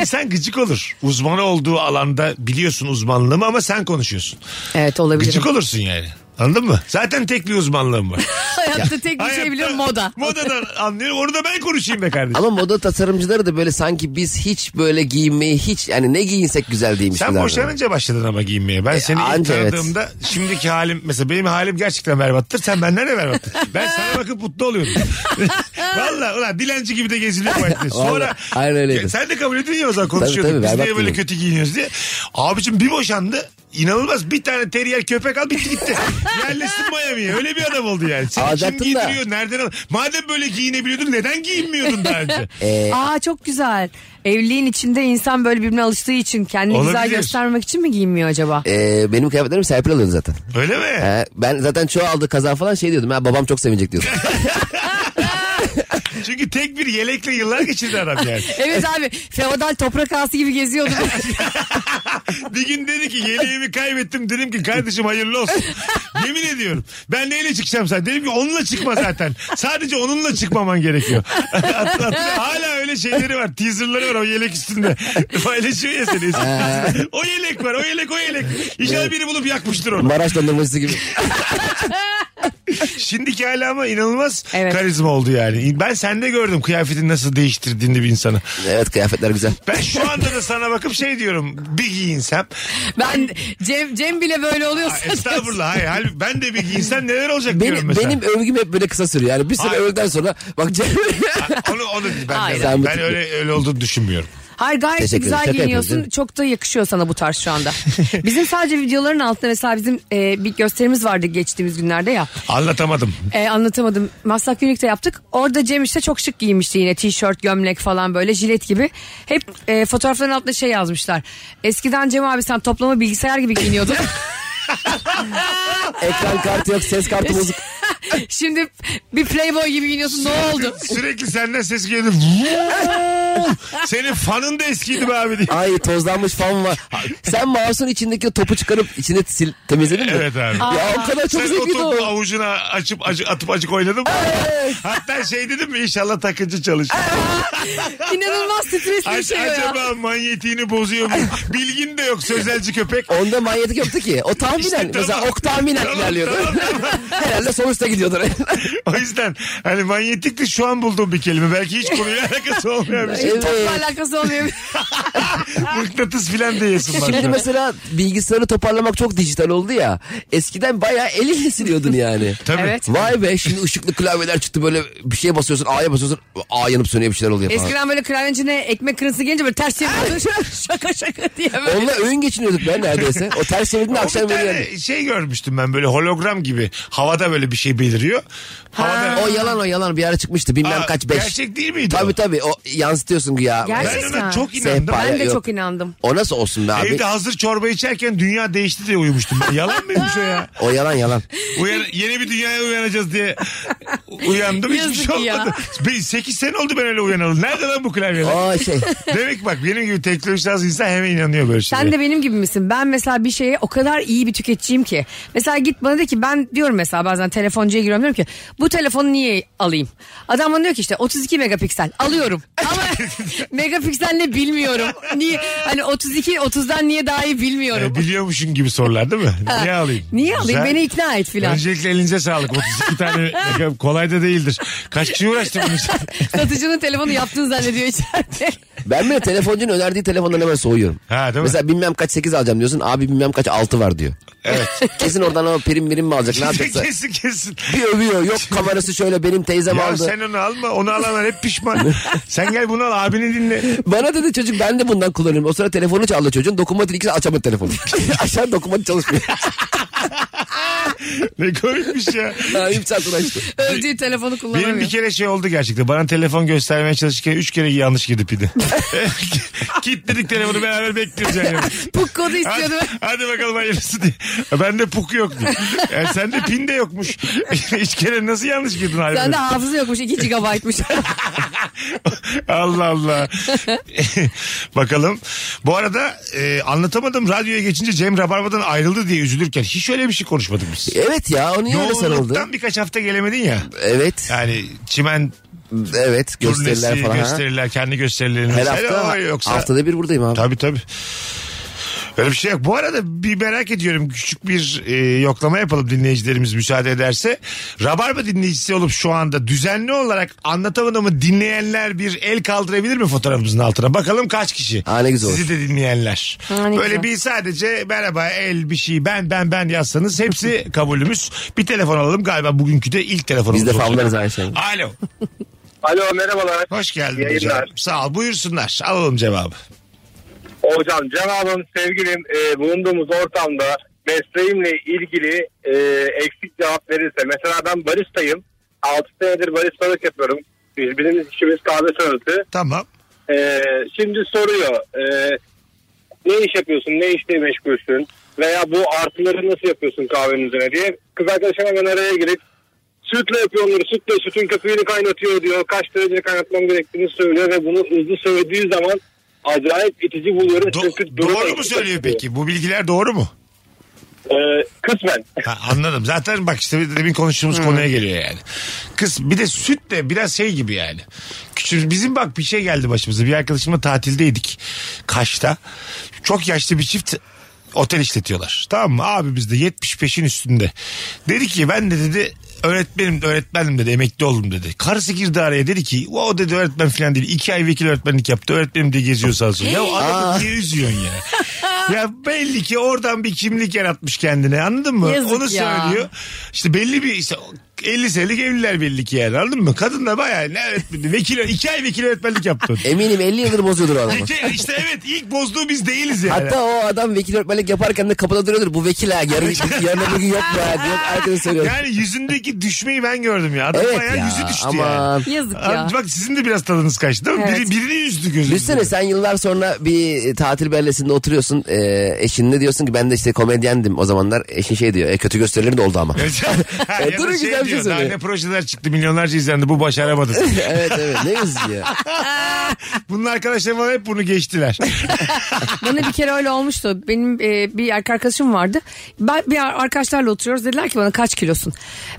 İnsan gıcık olur. Uzmanı olduğu alanda biliyorsun uzmanlığımı ama sen konuşuyorsun. evet olabilir. Gıcık olursun yani. Anladın mı? Zaten tek bir uzmanlığım var. Hayatta tek bir Hayatta şey biliyorum moda. Modadan anlıyorum. Onu da ben konuşayım be kardeşim. Ama moda tasarımcıları da böyle sanki biz hiç böyle giyinmeyi hiç yani ne giyinsek güzel değilmişiz. sen boşanınca başladın ama giyinmeye. Ben seni ilk E, anca evet. tanıdığımda şimdiki halim mesela benim halim gerçekten berbattır. Sen benden de berbattır. Ben sana bakıp mutlu oluyorum. Valla ulan dilenci gibi de geziliyor bu hayatta. Sonra Vallahi, aynen öyleydi. sen de kabul ediyorsun ya o zaman konuşuyorduk. tabii, Biz berbat niye böyle giyiniyor. kötü giyiniyoruz diye. Abicim bir boşandı. İnanılmaz bir tane terrier köpek al bitti gitti. Yerleştin Miami'ye. Öyle bir adam oldu yani. Seni kim Alacaktın da. giydiriyor? Nereden al? Madem böyle giyinebiliyordun neden giyinmiyordun daha önce? Ee, Aa çok güzel. Evliliğin içinde insan böyle birbirine alıştığı için kendini güzel Olabilir. göstermek için mi giyinmiyor acaba? Ee, benim kıyafetlerim Serpil alıyordu zaten. Öyle mi? Ee, ben zaten çoğu aldığı kaza falan şey diyordum. Ha, babam çok sevinecek diyordum. Çünkü tek bir yelekle yıllar geçirdi adam yani. Evet abi feodal toprak ağası gibi geziyordum. bir gün dedi ki yeleğimi kaybettim. Dedim ki kardeşim hayırlı olsun. Yemin ediyorum. Ben neyle çıkacağım sen? Dedim ki onunla çıkma zaten. Sadece onunla çıkmaman gerekiyor. Hatırlat- Hala öyle şeyleri var. Teaserları var o yelek üstünde. Paylaşıyor ya seni. o yelek var. O yelek o yelek. İnşallah biri bulup yakmıştır onu. Maraş dondurmacısı gibi. Şimdiki hala ama inanılmaz Evet. karizma oldu yani. Ben sende gördüm kıyafetin nasıl değiştirdiğini bir insana. Evet kıyafetler güzel. Ben şu anda da sana bakıp şey diyorum. Bir giyinsem. Ben Cem, Cem bile böyle oluyorsa. Estağfurullah. Hayır, halbuki ben de bir giyinsem neler olacak diyorum Benim, mesela. benim övgüm hep böyle kısa sürüyor. Yani bir süre Hayır. övgüden sonra bak Cem- Onu, onu ben, Hayır. demem. Sen bu ben tip- öyle, öyle olduğunu düşünmüyorum. Hayır gayet Teşekkür ederim. güzel Şaka yapıyoruz, giyiniyorsun. değil Çok da yakışıyor sana bu tarz şu anda. Bizim sadece videoların altında mesela bizim e, bir gösterimiz vardı geçtiğimiz günlerde ya. Anlatamadım. E, anlatamadım. Maslak Unique'de yaptık. Orada Cem işte çok şık giymişti yine. T-shirt, gömlek falan böyle jilet gibi. Hep e, fotoğrafların altında şey yazmışlar. Eskiden Cem abi sen toplama bilgisayar gibi giyiniyordun. ekran kartı yok ses kartı bozuk. Şimdi bir playboy gibi giyiniyorsun ne oldu? Sürekli senden ses geliyordu. Senin fanın da eskiydi be abi diye. Ay tozlanmış fan var. Sen mouse'un içindeki topu çıkarıp içine sil, temizledin mi? Evet abi. Ya o kadar çok Sen o zevkli topu o. avucuna açıp acı, atıp acık oynadın mı? Hatta şey dedim mi inşallah takıcı çalışır. İnanılmaz stresli bir Ac- şey o ya. acaba manyetiğini bozuyor mu? Bilgin de yok sözelci köpek. Onda manyetik yoktu ki. O tahminen mesela tamam. ok tahminen Tamam, ilerliyordu. tamam, Herhalde sonuçta gidiyordur. O yüzden hani manyetik de şu an bulduğum bir kelime. Belki hiç konuyla alakası olmayan bir şey. Evet. Topla alakası olmuyor. Mıknatıs filan diyesin bak. Şimdi mesela bilgisayarı toparlamak çok dijital oldu ya. Eskiden bayağı elinle siliyordun yani. Tabii. evet. Vay be şimdi ışıklı klavyeler çıktı böyle bir şeye basıyorsun A'ya basıyorsun A yanıp sönüyor bir şeyler oluyor falan. Eskiden böyle klavyenin içine ekmek kırıntısı gelince böyle ters çeviriyordun. şaka şaka diye böyle. Onunla öğün geçiniyorduk ben neredeyse. O ters çevirdiğinde O bir akşam tane veriyordu. şey görmüştüm ben böyle hologram gibi. Havada böyle bir şey beliriyor. Havada O yalan o yalan bir ara çıkmıştı bilmem Aa, kaç beş. Gerçek değil miydi Tabii o? tabii o yansıtıyorsun güya. Ben Gerçek ona mi? çok inandım. Sehpa. Ben de Yok. çok inandım. O nasıl olsun be abi? Evde hazır çorba içerken dünya değişti diye uyumuştum. Ben. Yalan mıymış o ya? O yalan yalan. Uyan- yeni bir dünyaya uyanacağız diye uyandım. Hiçbir şey Yazık ya. olmadı. 8 sene oldu ben öyle uyanalı. Nerede lan bu klavyeler? O şey Demek ki bak benim gibi teknoloji lazım insan hemen inanıyor böyle Sen şeylere. de benim gibi misin? Ben mesela bir şeye o kadar iyi bir tüketiciyim ki. Mesela git bana de ki ben diyorum mesela bazen telefoncuya giriyorum diyorum ki bu telefonu niye alayım? Adam bana diyor ki işte 32 megapiksel alıyorum. Ama megapiksel ne bilmiyorum. Niye? Hani 32 30'dan niye daha iyi bilmiyorum. Ee, biliyormuşsun gibi sorular değil mi? Niye alayım? Niye alayım? Beni ikna et filan. Öncelikle elinize sağlık. 32 tane kolay da değildir. Kaç kişi uğraştı bunun için? Satıcının telefonu yaptığını zannediyor içeride. Ben bile telefoncunun önerdiği telefondan hemen soğuyorum. Ha, değil mi? Mesela bilmem kaç 8 alacağım diyorsun. Abi bilmem kaç 6 var diyor. Evet. Kesin oradan ama prim birim mi alacak ne yapacaksa. kesin kesin. Bir övüyor yok kamerası şöyle benim teyzem Ya aldı. sen onu alma. Onu alanlar hep pişman. sen gel bunu al abini dinle. Bana dedi çocuk ben de bundan kullanıyorum. O sıra telefonu çaldı çocuğun. Dokunmatik ikisi açamadı telefonu. Aşağı dokunmatik çalışmıyor. Ne komikmiş ya. Ha, İmzasını açtı. Övdüğü telefonu kullanamıyor. Benim bir kere şey oldu gerçekten. Bana telefon göstermeye çalışırken üç kere yanlış girdi pidi. Kitledik telefonu beraber bekliyoruz yani. Puk kodu Hadi, istiyordu. hadi bakalım hayırlısı diye. Bende puk yok diye. Yani sende pin de yokmuş. Üç kere nasıl yanlış girdin abi? Sende hafıza yokmuş 2 GB'mış. Allah Allah. Bakalım. Bu arada e, anlatamadım radyoya geçince Cem Rabarba'dan ayrıldı diye üzülürken hiç öyle bir şey konuşmadık biz. Evet ya o niye öyle sarıldı? Yoğunluktan birkaç hafta gelemedin ya. Evet. Yani çimen Evet gösteriler turnesi, falan. ha. gösteriler, kendi gösterilerini. Her vesaire Şey ama hafta yoksa... haftada bir buradayım abi. Tabii tabii. Öyle bir şey yok. Bu arada bir merak ediyorum. Küçük bir e, yoklama yapalım dinleyicilerimiz müsaade ederse. Rabarba dinleyicisi olup şu anda düzenli olarak anlatamadığımı dinleyenler bir el kaldırabilir mi fotoğrafımızın altına? Bakalım kaç kişi? Ha, ne güzel Sizi de dinleyenler. Ha, ne Böyle güzel. bir sadece merhaba el bir şey ben ben ben yazsanız hepsi kabulümüz. Bir telefon alalım galiba bugünkü de ilk telefonumuz Biz de olacak. favlarız aynı şey. Alo. Alo merhabalar. Hoş geldin Yayınlar. hocam. Sağ ol. Buyursunlar. Alalım cevabı. Hocam cevabım sevgilim e, bulunduğumuz ortamda mesleğimle ilgili e, eksik cevap verirse. Mesela ben baristayım. 6 senedir baristalık yapıyorum. Birbirimiz işimiz kahve sanatı. Tamam. E, şimdi soruyor. e, ne iş yapıyorsun? Ne işle meşgulsün? Veya bu artıları nasıl yapıyorsun kahvenin üzerine diye. Kız arkadaşım hemen araya girip sütle yapıyor onları. Sütle sütün köpüğünü kaynatıyor diyor. Kaç derece kaynatmam gerektiğini söylüyor ve bunu hızlı söylediği zaman acayip itici buluyorum. Do- Çünkü doğru mu söylüyor peki? Bu bilgiler doğru mu? Ee, kısmen. Ha, anladım. Zaten bak işte demin konuştuğumuz konuya geliyor yani. Kız bir de süt de biraz şey gibi yani. Küçük, bizim bak bir şey geldi başımıza. Bir arkadaşımla tatildeydik. Kaş'ta. Çok yaşlı bir çift otel işletiyorlar. Tamam mı? Abimiz de 75'in üstünde. Dedi ki ben de dedi öğretmenim öğretmenim dedi emekli oldum dedi. Karısı girdi araya dedi ki o dedi öğretmen falan değil. iki ay vekil öğretmenlik yaptı öğretmenim diye geziyor sağ olsun. Ya o adamı niye üzüyorsun ya? ya belli ki oradan bir kimlik yaratmış kendine anladın mı? Yazık Onu ya. söylüyor. İşte belli bir işte 50 senelik evliler belli ki yani anladın mı? Kadın da bayağı ne öğretmeni vekil iki ay vekil öğretmenlik yaptı. Eminim 50 yıldır bozuyordur o adamı. İşte- işte evet ilk bozduğu biz değiliz yani. Hatta o adam vekil öğretmenlik yaparken de kapıda duruyordur. Bu vekil ha yarın, yarın öbür gün yok mu ha diye herkese söylüyor. Yani yüzündeki düşmeyi ben gördüm ya. Adam Evet bayağı ya, yüzü düştü aman. yani. Yazık Abi ya. Bak sizin de biraz tadınız kaçtı değil mi? Biri, Evet. birini üzdü gözünüzü. Düşünsene sen yıllar sonra bir tatil beldesinde oturuyorsun e, eşinle diyorsun ki ben de işte komedyendim o zamanlar. Eşin şey diyor e, kötü gösterilerim de oldu ama. Evet. Ha, ya da Durun güzel bir şey diyor, daha söyle. ne projeler çıktı milyonlarca izlendi bu başaramadı. evet evet ne üzücü ya. Bunun arkadaşları falan hep bunu geçtiler. Bana bir kere öyle olmuştu. Benim e, bir erkek arkadaşım vardı. Ben bir ar- arkadaşlarla oturuyoruz. Dediler ki bana kaç kilosun?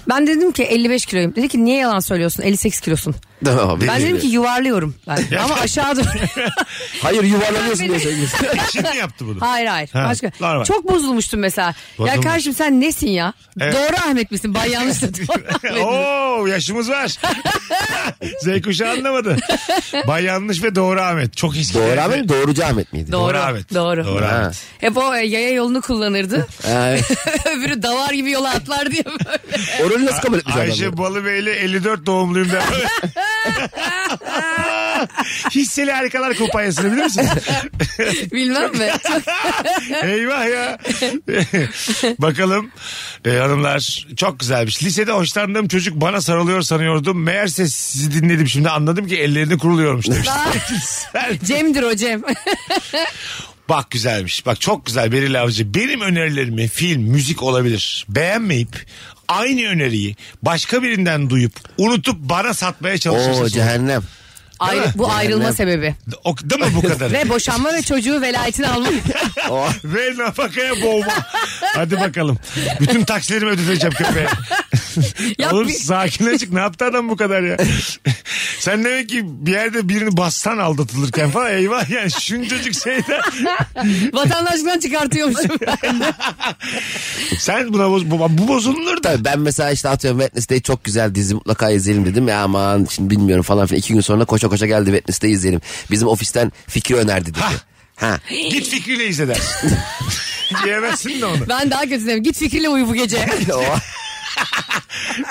Ben dedim ki 55 kiloyum. Dedi ki niye yalan söylüyorsun? 58 kilosun. Tamam abi. Ben dedim ki yuvarlıyorum ben. Ama aşağı doğru. Hayır yuvarlanıyorsun Ben diye beni- söylüyorsun. Şimdi yaptı bunu. hayır hayır. Ha, Başka. normal. Çok bozulmuştum mesela. Bozulmuş. Ya kardeşim sen nesin ya? Evet. Doğru Ahmet misin? Ben yanlış da doğru Ahmet misin? Oo yaşımız var. Z kuşağı anlamadı. Bay yanlış ve doğru Ahmet. Çok eski. Doğru Ahmet mi? Doğrucu Ahmet miydi? Doğru. Doğru Ahmet. Doğru. Doğru Ha. Ahmet. Hep o e, yaya yolunu kullanırdı. Ee, Öbürü davar gibi yola atlar diye böyle. o rolü nasıl kabul etmiş adam? Ayşe Balıbeyli 54 doğumluyum da. Hisseli Harikalar Kupayası'nı bilir misiniz? Bilmem mi? Çok Eyvah ya. Bakalım e, hanımlar çok güzelmiş. Lisede hoşlandığım çocuk bana sarılıyor sanıyordum. Meğerse sizi dinledim şimdi anladım ki ellerini kuruluyormuş demiş. Sen- Cem'dir o Cem. Bak güzelmiş. Bak çok güzel Beril Avcı. Benim önerilerimi film, müzik olabilir. Beğenmeyip aynı öneriyi başka birinden duyup unutup bana satmaya Oo çalışırsınız. cehennem. Ayrı, bu ayrılma sebebi. O, değil mi bu kadar? Ve boşanma ve çocuğu velayetini almak. Ve nafakaya boğma. Hadi bakalım. Bütün taksilerimi ödeteceğim köpeğe. Ya Oğlum bir- sakin açık. Ne yaptı adam bu kadar ya? Sen demek ki bir yerde birini bassan aldatılırken falan eyvah yani şuncacık şeyden. Vatandaşlıktan çıkartıyormuşum. Sen buna boz, bu, bu bozulur da. ben mesela işte atıyorum Wednesday çok güzel dizi mutlaka izleyelim dedim. Ya aman şimdi bilmiyorum falan filan. İki gün sonra koşa koşa geldi Wednesday izleyelim. Bizim ofisten fikri önerdi dedi. Ha. Git fikriyle izle dersin. Diyemezsin de onu. ben daha kötüyüm. Git fikirle uyu bu gece.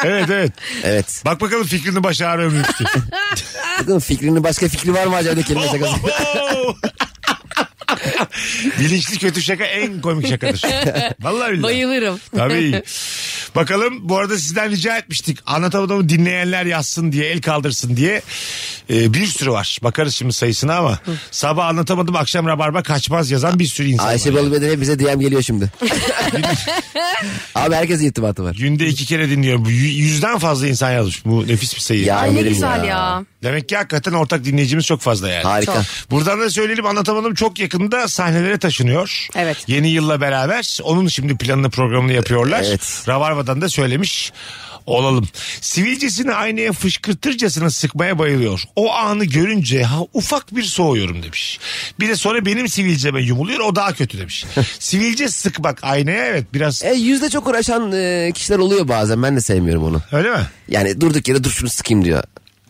Evet evet. Evet. Bak bakalım fikrini başa ağrıyor mu Müftü? Bakın fikrinin başka fikri var mı acaba kelime şakası? Bilinçli kötü şaka en komik şakadır. Vallahi billahi. Bayılırım. Tabii. Bakalım bu arada sizden rica etmiştik. Anlatamadığımı dinleyenler yazsın diye el kaldırsın diye Ee, bir sürü var. Bakarız şimdi sayısına ama sabah anlatamadım akşam rabarba kaçmaz yazan bir sürü insan Ayşe var. Balıbeden bize DM geliyor şimdi. Abi herkesin irtibatı var. Günde iki kere dinliyorum. Bu yü- Yüzden fazla insan yazmış. Bu nefis bir sayı. Ya, Ay ne güzel ya. Demek ki hakikaten ortak dinleyicimiz çok fazla yani. Harika. Çok. Buradan da söyleyelim anlatamadım çok yakında sahnelere taşınıyor. Evet. Yeni yılla beraber onun şimdi planını programını yapıyorlar. Evet. Ravarva'dan da söylemiş olalım. Sivilcesini aynaya fışkırtırcasına sıkmaya bayılıyor. O anı görünce ha, ufak bir soğuyorum demiş. Bir de sonra benim sivilceme yumuluyor o daha kötü demiş. Sivilce sıkmak aynaya evet biraz E, yüzde çok uğraşan e, kişiler oluyor bazen. Ben de sevmiyorum onu. öyle mi? Yani durduk yere dur şunu sıkayım diyor.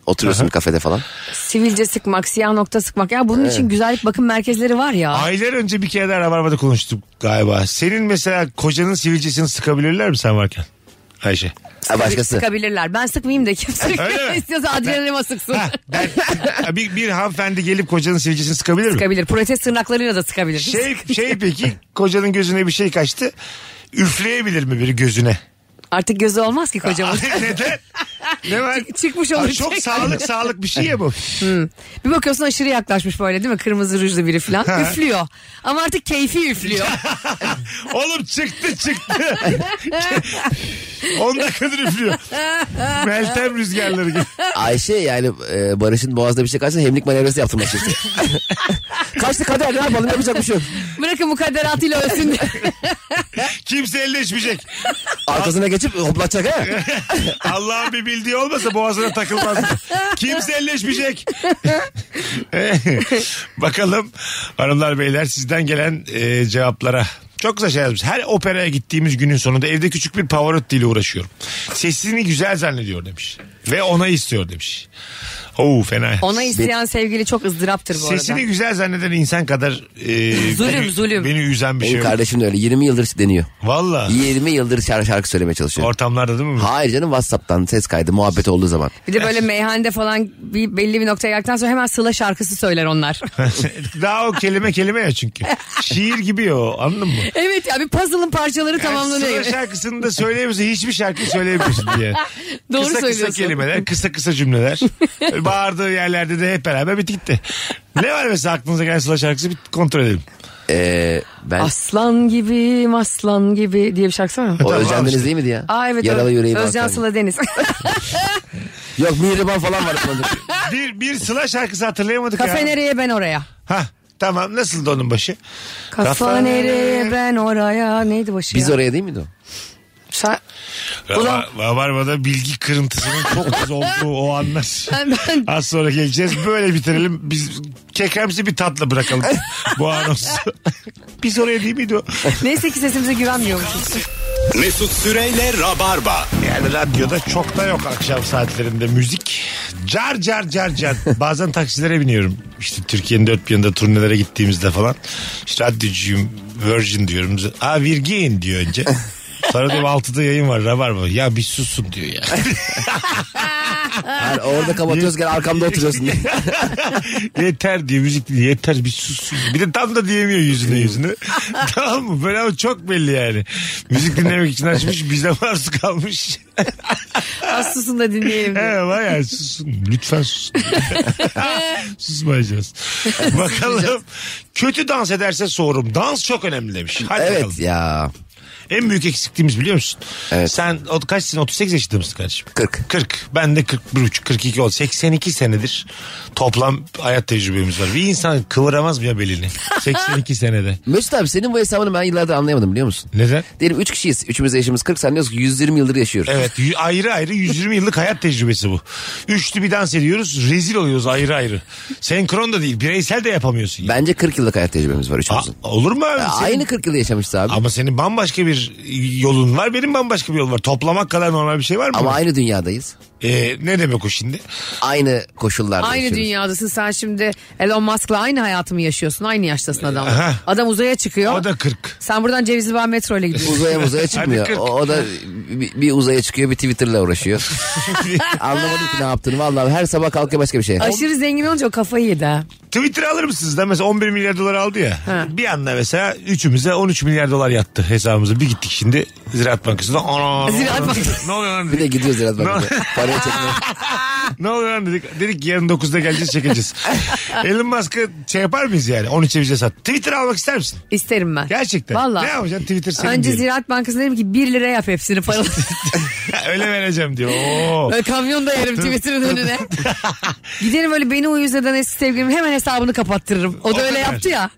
Oturuyorsun kafede falan. Sivilce sıkmak, siyah nokta sıkmak. Ya bunun için güzellik bakım merkezleri var ya. Aylar önce bir kere daha Rabarba'da konuştuk galiba. Senin mesela kocanın sivilcesini sıkabilirler mi sen varken? Ayşe. Ha, başkası. Sıkabilirler. Ben sıkmayayım da kim Öyle sıkıyor? mi? İstiyorsa adrenalinime sıksın. Ben, bir, bir hanımefendi gelip kocanın sivilcesini sıkabilir mi? sıkabilir. Protez tırnaklarıyla da sıkabilir. Şey, şey peki kocanın gözüne bir şey kaçtı. Üfleyebilir mi biri gözüne? Artık gözü olmaz ki kocaman. Neden? Ne var? Çık- çıkmış Aa, olur. Çok Çık- sağlık sağlık bir şey ya bu. Bir bakıyorsun aşırı yaklaşmış böyle değil mi? Kırmızı rujlu biri falan. üflüyor. Ama artık keyfi üflüyor. Oğlum çıktı çıktı. 10 dakikadır üflüyor. Meltem rüzgarları gibi. Ayşe yani e, Barış'ın boğazda bir şey kaçsa hemlik manevrası yaptırmak işte. Kaçtı kader ne yapalım yapacak bir şey yok. Bırakın mukadderatıyla ölsün diye. Kimse elleşmeyecek. Arkasına geçip hoplatacak ha. Allah'ın bir bildiği olmasa boğazına takılmaz. Kimse elleşmeyecek. Bakalım hanımlar beyler sizden gelen e, cevaplara. Çok güzel şey yazmış. Her operaya gittiğimiz günün sonunda evde küçük bir Pavarotti ile uğraşıyorum. Sesini güzel zannediyor demiş. Ve onayı istiyor demiş. Oo fena. Ona isteyen sevgili çok ızdıraptır bu Sesini arada. güzel zanneden insan kadar e, Zulüm, beni, zulüm. beni üzen bir Benim şey. yok. kardeşim de öyle 20 yıldır deniyor. Valla 20 yıldır şarkı, şarkı söylemeye çalışıyor. ortamlarda değil mi? Hayır canım Whatsapp'tan ses kaydı muhabbet olduğu zaman. Bir de böyle meyhanede falan bir, belli bir noktaya geldikten sonra hemen Sıla şarkısı söyler onlar. Daha o kelime kelime ya çünkü. Şiir gibi ya o anladın mı? evet ya bir puzzle'ın parçaları tamamlanıyor. Sıra şarkısını da söyleyemiyorsun. Hiçbir şarkı söyleyemiyorsun diye. Doğru kısa kısa söylüyorsun. kelimeler, kısa kısa cümleler. Bağırdığı yerlerde de hep beraber bitti gitti. Ne var mesela aklınıza gelen Sıla şarkısı bir kontrol edelim. Ee, ben Aslan gibi aslan gibi diye bir şarkısı var mı? o tamam Özcan işte. Deniz değil miydi ya? Aa evet. Yaralı o- yüreğim Özcan Hakan. Sıla Deniz. Yok Mihriban falan var. Bir, bir Sıla şarkısı hatırlayamadık Kafe ya. nereye ben oraya. Hah, tamam nasıldı onun başı? Kafa, Kafa nereye? nereye ben oraya. Neydi başı Biz ya? oraya değil miydi o? Sa- Ulan- Rava- Rabarba'da bilgi kırıntısının çok az olduğu o anlar. Ben- ben- Az sonra geleceğiz. Böyle bitirelim. Biz kekremsi bir tatla bırakalım bu anonsu. Biz oraya değil miydi o? Neyse ki sesimize güvenmiyormuşuz. Mesut Süreyle Rabarba. Yani radyoda çok da yok akşam saatlerinde müzik. Car car car car. Bazen taksilere biniyorum. İşte Türkiye'nin dört bir yanında turnelere gittiğimizde falan. İşte radyocuyum Virgin diyorum. Aa Virgin diyor önce. Sonra diyor altıda yayın var Rabarba. Ya bir susun diyor ya. Hayır, orada kapatıyoruz gel arkamda oturuyorsun diye. yeter diyor müzik değil, yeter bir susun. Bir de tam da diyemiyor yüzüne yüzüne. tamam mı? Böyle ama çok belli yani. Müzik dinlemek için açmış bize maruz kalmış. Az susun da dinleyelim. diye. He var Ee, ya susun. Lütfen susun. Susmayacağız. Bakalım. Kötü dans ederse sorum. Dans çok önemli demiş. Hadi evet bakalım. ya. En büyük eksikliğimiz biliyor musun? Sen o, kaç sene 38 yaşında mısın kardeşim? 40. 40. Ben de 41 buçuk 42 oldu. 82 senedir toplam hayat tecrübemiz var. Bir insan kıvıramaz mı ya belini? 82 senede. Mesut abi senin bu hesabını ben yıllardır anlayamadım biliyor musun? Neden? Diyelim 3 kişiyiz. Üçümüz de yaşımız 40 sen diyorsun ki 120 yıldır yaşıyoruz. Evet y- ayrı ayrı 120 yıllık hayat tecrübesi bu. Üçlü bir dans ediyoruz rezil oluyoruz ayrı ayrı. Senkron da değil bireysel de yapamıyorsun. Yani. Bence 40 yıllık hayat tecrübemiz var üçümüzün. Olur mu abi? Senin- Aynı 40 yılda yaşamışız abi. Ama senin bambaşka bir yolun var benim bambaşka bir yolum var. Toplamak kadar normal bir şey var mı? Ama aynı dünyadayız. Ee, ne demek o şimdi? Aynı koşullarda Aynı yaşıyoruz. dünyadasın sen şimdi Elon Musk'la aynı hayatı mı yaşıyorsun? Aynı yaştasın adam. Aha. Adam uzaya çıkıyor. O da 40. Sen buradan Cevizli Bağ metro ile gidiyorsun. Uzaya uzaya çıkmıyor. O, o da bir, bir uzaya çıkıyor bir Twitter'la uğraşıyor. Anlamadım ki ne yaptığını. Vallahi her sabah kalkıyor başka bir şey. Aşırı zengin olunca o kafayı yedi ha. Twitter alır mısınız da mesela 11 milyar dolar aldı ya. Bir anda mesela üçümüze 13 milyar dolar yattı hesabımıza. Bir gittik şimdi Ziraat Bankası'na. Ana, Ziraat ana, Bankası. Ne oluyor lan Bir de dedik. gidiyoruz Ziraat Bankası'na. Parayı çekmeye. Ne oluyor lan dedik. Dedik ki yarın 9'da geleceğiz çekeceğiz. Elon Musk'ı şey yapar mıyız yani? 13'e bize şey sat. Twitter almak ister misin? İsterim ben. Gerçekten. Vallahi. Ne yapacaksın Twitter senin Önce diyelim. Ziraat Bankası'na dedim ki 1 lira yap hepsini paralı. Öyle vereceğim diyor. Oo. Böyle kamyon da yerim Twitter'ın önüne. Giderim öyle beni uyuz eden eski sevgilimin hemen hesabını kapattırırım. O O da öyle kadar. yaptı ya.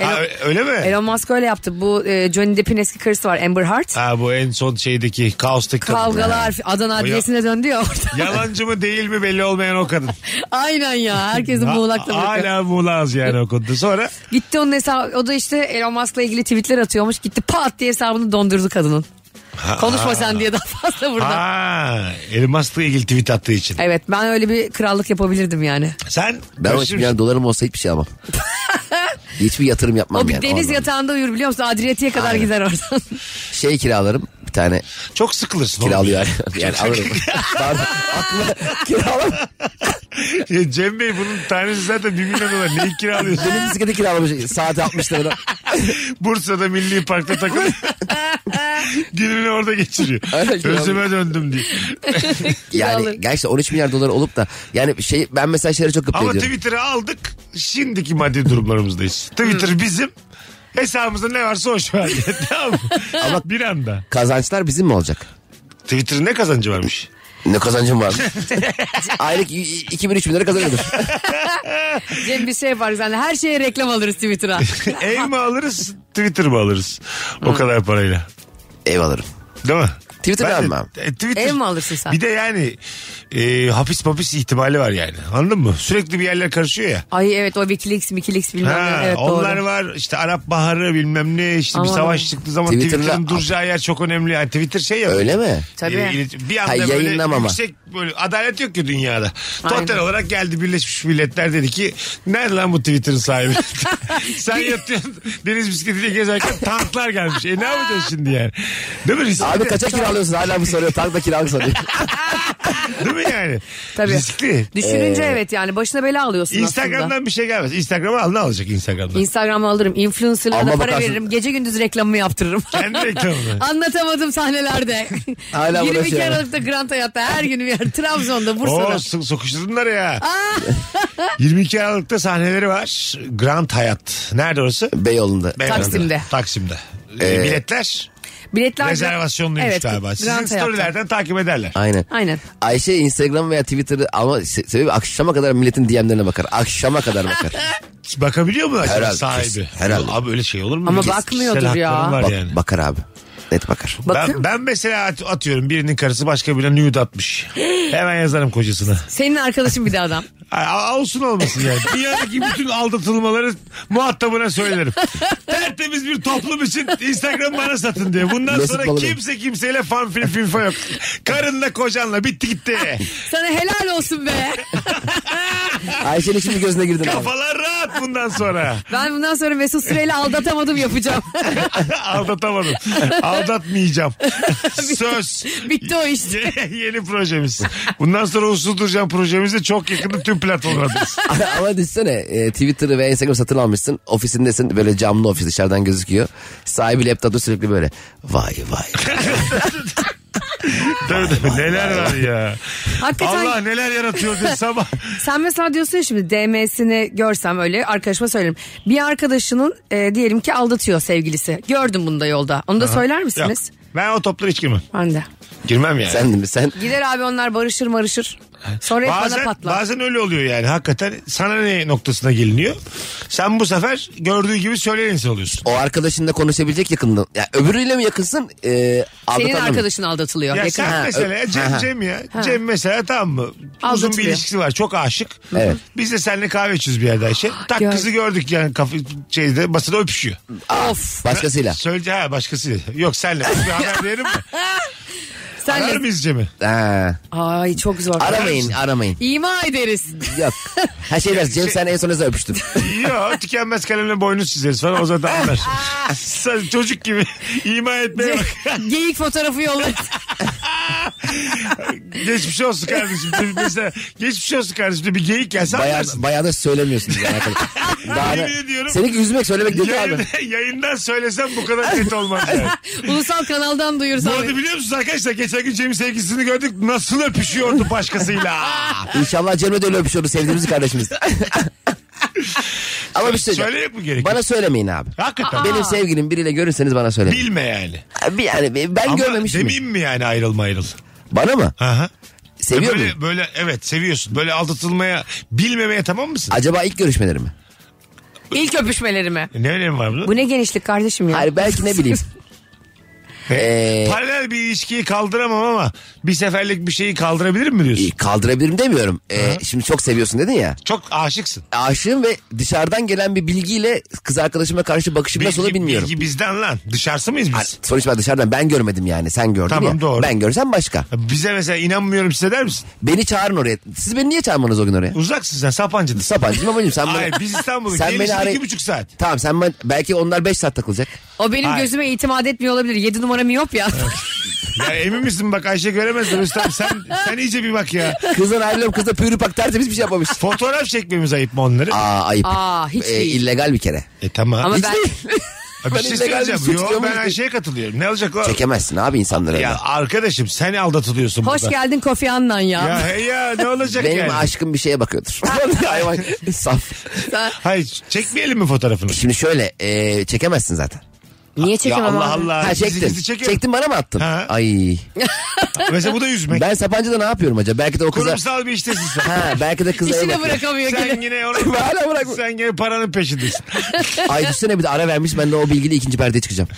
Ha, öyle mi? Elon Musk öyle yaptı. Bu e, Johnny Depp'in eski karısı var Amber Heard. Ha bu en son şeydeki kaostaki kadın. Kavgalar Adana O ya- adliyesine döndü ya orada. Yalancı mı değil mi belli olmayan o kadın. Aynen ya. Herkesi Ha- muğlakta bırakıyor. Hala muğlağız yani o konuda. Sonra Gitti onun hesabı. O da işte Elon Musk'la ilgili tweetler atıyormuş. Gitti pat diye hesabını dondurdu kadının. Konuşma sen diye daha fazla burada. Ha, Elon Musk'la ilgili tweet attığı için. Evet ben öyle bir krallık yapabilirdim yani. Sen Ben 13 milyon dolarım olsa hiçbir şey almam. Hiçbir yatırım yapmam o bir yani. deniz Olmam. yatağında uyur biliyor musun? Adriyatik'e kadar gider oradan. Şey kiralarım bir tane. Çok sıkılırsın. Kiralıyor yani. yani alırım. Pardon. Aklıma kiralam. Ya Cem Bey bunun tanesi zaten 1 milyon dolar. Neyi kiralıyorsun? Benim bisikleti kiralamış. Saat 60 liradan. Bursa'da Milli Park'ta takılıyor. Gününü orada geçiriyor. Özüme döndüm diye. Yani gerçekten 13 milyar dolar olup da yani şey ben mesela şeyleri çok gıpta Ama ediyorum. Twitter'ı aldık. Şimdiki maddi durumlarımızdayız. Twitter bizim. Hesabımızda ne varsa o şu an. tamam mı? Ama bir anda. Kazançlar bizim mi olacak? Twitter'ın ne kazancı varmış? Ne kazancım var? Aylık 2000-3000 lira kazanıyordum. Cem bir şey yaparız. Yani her şeye reklam alırız Twitter'a. Ev mi alırız, Twitter mı alırız? O kadar parayla. Ev alırım. Değil mi? Twitter Ben de- almam. E, Twitter. Ev mi alırsın sen? Bir de yani e, hapis papis ihtimali var yani. Anladın mı? Sürekli bir yerler karışıyor ya. Ay evet o Wikileaks, Wikileaks bilmem Ha, ne. Evet onlar doğru. var işte Arap Baharı bilmem ne işte bir Aman savaş aman. çıktığı zaman Twitter'la- Twitter'ın duracağı yer çok önemli. Yani Twitter şey ya. Öyle mi? Tabii. E, ilet- bir anda Ha, böyle yayınlamama. yüksek böyle adalet yok ki dünyada. Aynen. Total olarak geldi Birleşmiş Milletler dedi ki nerede lan bu Twitter'ın sahibi? Sen yatıyorsun deniz bisikletiyle gezerken tanklar gelmiş. E ne yapacağız şimdi yani? Değil mi? Riskli Abi de- kaça kiralıyorsun hala bu soruyor. Tank da kiralık soruyor. Değil mi yani? Tabii. Riskli. Ee, Düşününce evet yani başına bela alıyorsun Instagram'dan aslında. bir şey gelmez. Instagram'a al ne alacak Instagram'dan? Instagram'a alırım. Influencer'lara Ama da para bakarsın- veririm. Gece gündüz reklamımı yaptırırım. Kendi reklamını. Anlatamadım sahnelerde. Hala 22 uğraşıyor. Aralık'ta Grand Hayat'ta her gün bir yer. Trabzon'da, Bursa'da. Oo, so- sokuşturdular ya. 22 Aralık'ta sahneleri var. Grand Hayat. Nerede orası? Beyoğlu'nda. Beylerbeyi. Taksim'de. Taksim'de. Ee, biletler Biletler rezervasyonluymuş Evet, galiba. Sizin Grand Hayat'ta. storylerden takip ederler. Aynen. Aynen. Ayşe Instagram veya Twitter'ı ama se- sebebi akşama kadar milletin DM'lerine bakar. Akşama kadar bakar. Bakabiliyor mu acaba Herhalde, sahibi? kesin. Herhalde. Abi öyle şey olur mu? Ama Kişisel bakmıyordur haklarım ya. var Bak- yani. Bakar abi. Net bakar. Bakıyor Ben, ben mesela at- atıyorum birinin karısı başka birine nude atmış. Hemen yazarım kocasına. Senin arkadaşın bir de adam. Ay, a- olsun olmasın yani. Dünyadaki bütün aldatılmaları muhatabına söylerim. Tertemiz bir toplum için Instagram bana satın diye. Bundan Mesut sonra Balıbey. kimse kimseyle fan film finfa yok. Karınla kocanla bitti gitti. Sana helal olsun be. Ayşe'nin şimdi gözüne girdin abi. Kafalar rahat bundan sonra. Ben bundan sonra Mesut Süreyle aldatamadım yapacağım. Aldatamadım. Aldatmayacağım. Söz. Bitti o iş. Ye- Yeni projemiz. Bundan sonra usul duracağım projemizde çok yakında tüm platformlardayız. Ama düşünsene e, Twitter'ı ve Instagram satın almışsın. Ofisindesin böyle camlı ofis dışarıdan gözüküyor. Sahibi laptopta sürekli böyle vay vay. Tabii tabii neler var ya. Hakikaten- Allah neler yaratıyor diye sabah. Sen mesela diyorsun ya şimdi DM'sini görsem öyle arkadaşıma söylerim. Bir arkadaşının e, diyelim ki aldatıyor sevgilisi. Gördüm bunu da yolda. Onu da Aha. söyler misiniz? Yok. Ben o toplara hiç girmem. Ben de. Girmem yani. Sen mi sen? Gider abi onlar barışır marışır. Sonra hep bana Bazen, patlar. bazen öyle oluyor yani hakikaten sana ne noktasına geliniyor. Sen bu sefer gördüğü gibi söyleyen insan oluyorsun. O arkadaşınla konuşabilecek yakından. Ya öbürüyle mi yakınsın? Ee, Senin aldatanla mı? arkadaşın aldatılıyor. Ya Yakın- sen Ha, mesela ö- Cem Ha. Cem ya. Ha. Cem mesela tamam mı? Uzun bir Aldatılıyor. ilişkisi var. Çok aşık. Evet. Biz de seninle kahve içiyoruz bir yerde Ayşe. Tak Ah, Gör- kızı gördük yani kafe, şeyde, masada öpüşüyor. Of. Başkasıyla. Söyledi ha başkasıyla. Yok senle. Bir haber verelim mi? Sen Arar mıyız Cem'i? Ha. Ay çok zor. Aramayın aramayın. İma ederiz. Yok. Her şey dersin. Cem sen en son ne zaman öpüştün? Yok tükenmez kalemle boynuz çizeriz falan o zaten anlar. Sen çocuk gibi ima etmeye bak. Geyik fotoğrafı yollarız. Geçmiş olsun kardeşim. Bir- Mesela geçmiş olsun kardeşim. Bir geyik gelse Bayağı, anlarsın. bayağı da söylemiyorsunuz yani. Daha Yemin ediyorum. Seni üzmek söylemek dedi abi. Yayında, yayından söylesem bu kadar net olmaz yani. Ulusal kanaldan Bu duyursam. arada biliyor musunuz arkadaşlar geçen gün Cem'in sevgilisini gördük nasıl öpüşüyordu başkasıyla. İnşallah Cem'le de öyle öpüşüyoruz sevdiğimiz kardeşimiz. Ama bir şey söyleyeceğim. Söylemek mi gerekiyor? Bana söylemeyin abi. Hakikaten. Benim sevgilim biriyle görürseniz bana söyleyin. Bilme yani. Bir, yani ben Ama görmemişim. demeyeyim mi yani ayrılma ayrıl. Bana mı? Aha. Seviyor böyle, muyum? böyle evet seviyorsun. Böyle aldatılmaya bilmemeye tamam mısın? Acaba ilk görüşmeleri mi? İlk öpüşmelerime. E, Ne önemi var bunun? Bu ne genişlik kardeşim ya. Hayır belki ne bileyim. Ee, Paralel bir ilişkiyi kaldıramam ama bir seferlik bir şeyi kaldırabilirim mi diyorsun? iyi, kaldırabilirim demiyorum. Ee, şimdi çok seviyorsun dedin ya. Çok aşıksın. Aşığım ve dışarıdan gelen bir bilgiyle kız arkadaşıma karşı bakışım nasıl olur bilmiyorum. bilgi bizden lan. Dışarısı mıyız Ha, biz? Sonuç ben dışarıdan ben görmedim yani sen gördün Tamam, ya. doğru. Ben görsem başka. Bize mesela inanmıyorum size der misin? Beni çağırın oraya. Siz beni niye çağırmadınız o gün oraya? Uzaksın sen Sapancı'dasın. Sapancı babacığım sen bana... Hayır biz İstanbul'dayız. Sen beni Gelişin aray- iki buçuk saat. Tamam sen ben, belki onlar 5 saat takılacak. O benim Hayır. gözüme itimat etmiyor olabilir. 7 numara miyop ya. Ya emin misin bak Ayşe göremezsin Rüstem sen, sen iyice bir bak ya. Kızdan ayrılıyorum kız da pürüpak tertemiz bir şey yapmamış. Fotoğraf çekmemiz ayıp mı onları? Aa ayıp. Aa hiç Ee, değil. illegal bir kere. E tamam. Ama ben Ha, bir ben şey illegal bir söyleyeceğim. suç Yo, diyormuş ben ki- Ayşe'ye katılıyorum. Ne olacak o? Çekemezsin abi insanları. Ya öyle. arkadaşım sen aldatılıyorsun hoş burada. geldin Kofi Annan ya. Ya hey ya ne olacak Benim yani? aşkım bir şeye bakıyordur. Hayvan saf. Hayır çekmeyelim mi fotoğrafını? Şimdi şöyle ee, çekemezsin zaten. Niye çekemem ya Allah abi? Allah. Ha bizi- çektin. bizi çekelim. Çektin bana mı attın? Ha. Ay. Mesela bu da yüzmek. Ben Sapanca'da ne yapıyorum acaba? Belki de o kıza... Kurumsal bir iştesin sen. Ha, belki de kıza İşini eve bakıyor. bırakamıyor sen gene. yine Ben onu... hala bırak. Sen yine paranın peşindesin. Ay düşünsene bir de ara vermiş ben de o bilgiyle ikinci perdeye çıkacağım.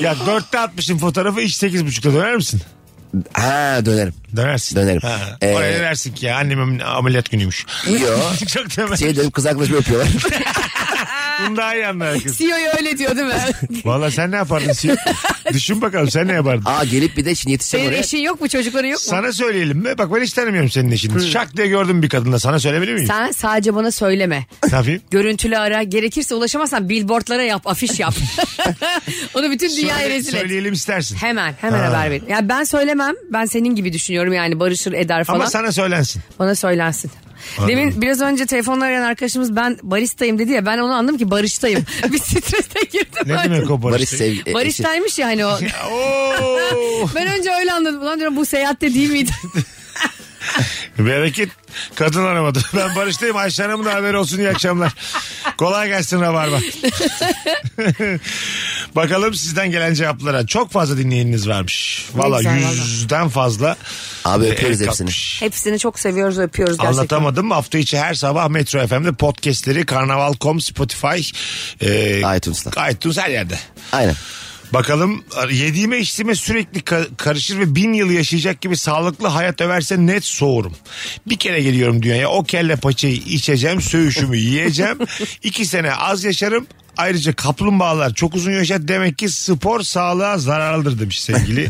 ya dörtte atmışın fotoğrafı iş sekiz buçukta döner misin? Ha dönerim. Dönersin. Dönerim. Ha, Ee, Oraya dersin ki ya annem am- ameliyat günüymüş. Yo. Çok demez. Şey dönüp kız arkadaşımı öpüyorlar. Bunu daha iyi anlar kız. Şey- CEO'ya E öyle diyor değil mi? Valla sen ne yapardın? Sen- Düşün bakalım sen ne yapardın? Aa gelip bir de şimdi yetişeceğim Senin oraya. eşin yok mu? Çocukların yok mu? Sana söyleyelim mi? Bak ben hiç tanımıyorum senin eşini. Şak diye gördüm bir kadınla. Sana söyleyebilir miyim? Sen sadece bana söyleme. Ne yapayım? Görüntülü ara. Gerekirse ulaşamazsan billboardlara yap, afiş yap. Onu bütün dünyaya Söyle- rezil et. Söyleyelim istersin. Hemen, hemen Ha. haber verin. Ya ben söylemem. Ben senin gibi düşünüyorum yani barışır eder falan. Ama sana söylensin. Bana söylensin. Demin biraz önce telefonla arayan arkadaşımız ben baristayım dedi ya ben onu anladım ki barıştayım. bir strese girdim. Ne ben. demek o barış? Barış sevgi. e, eşi. Barıştaymış ya hani o. Oo. ben önce öyle anladım. Ulan diyorum bu seyahatte değil miydi? Bereket kadın aramadı. Ben Barış'tayım. Ayşe Hanım'ın da haberi olsun. İyi akşamlar. Kolay gelsin Rabarba. Bakalım sizden gelen cevaplara. Çok fazla dinleyeniniz varmış. Valla güzel, valla. yüzden fazla. Abi e, öpüyoruz el hepsini. kalkmış. Hepsini çok seviyoruz öpüyoruz gerçekten. Anlatamadım. Hafta içi her sabah Metro FM'de podcastleri Karnaval.com, Spotify, e, iTunes'ta. iTunes her yerde. Aynen. Bakalım yediğime içtiğime sürekli ka- karışır ve bin yıl yaşayacak gibi sağlıklı hayat överse net soğurum. Bir kere geliyorum dünyaya o kelle paçayı içeceğim söğüşümü yiyeceğim. İki sene az yaşarım ayrıca kaplumbağalar çok uzun yaşar demek ki spor sağlığa zararlıdır demiş sevgili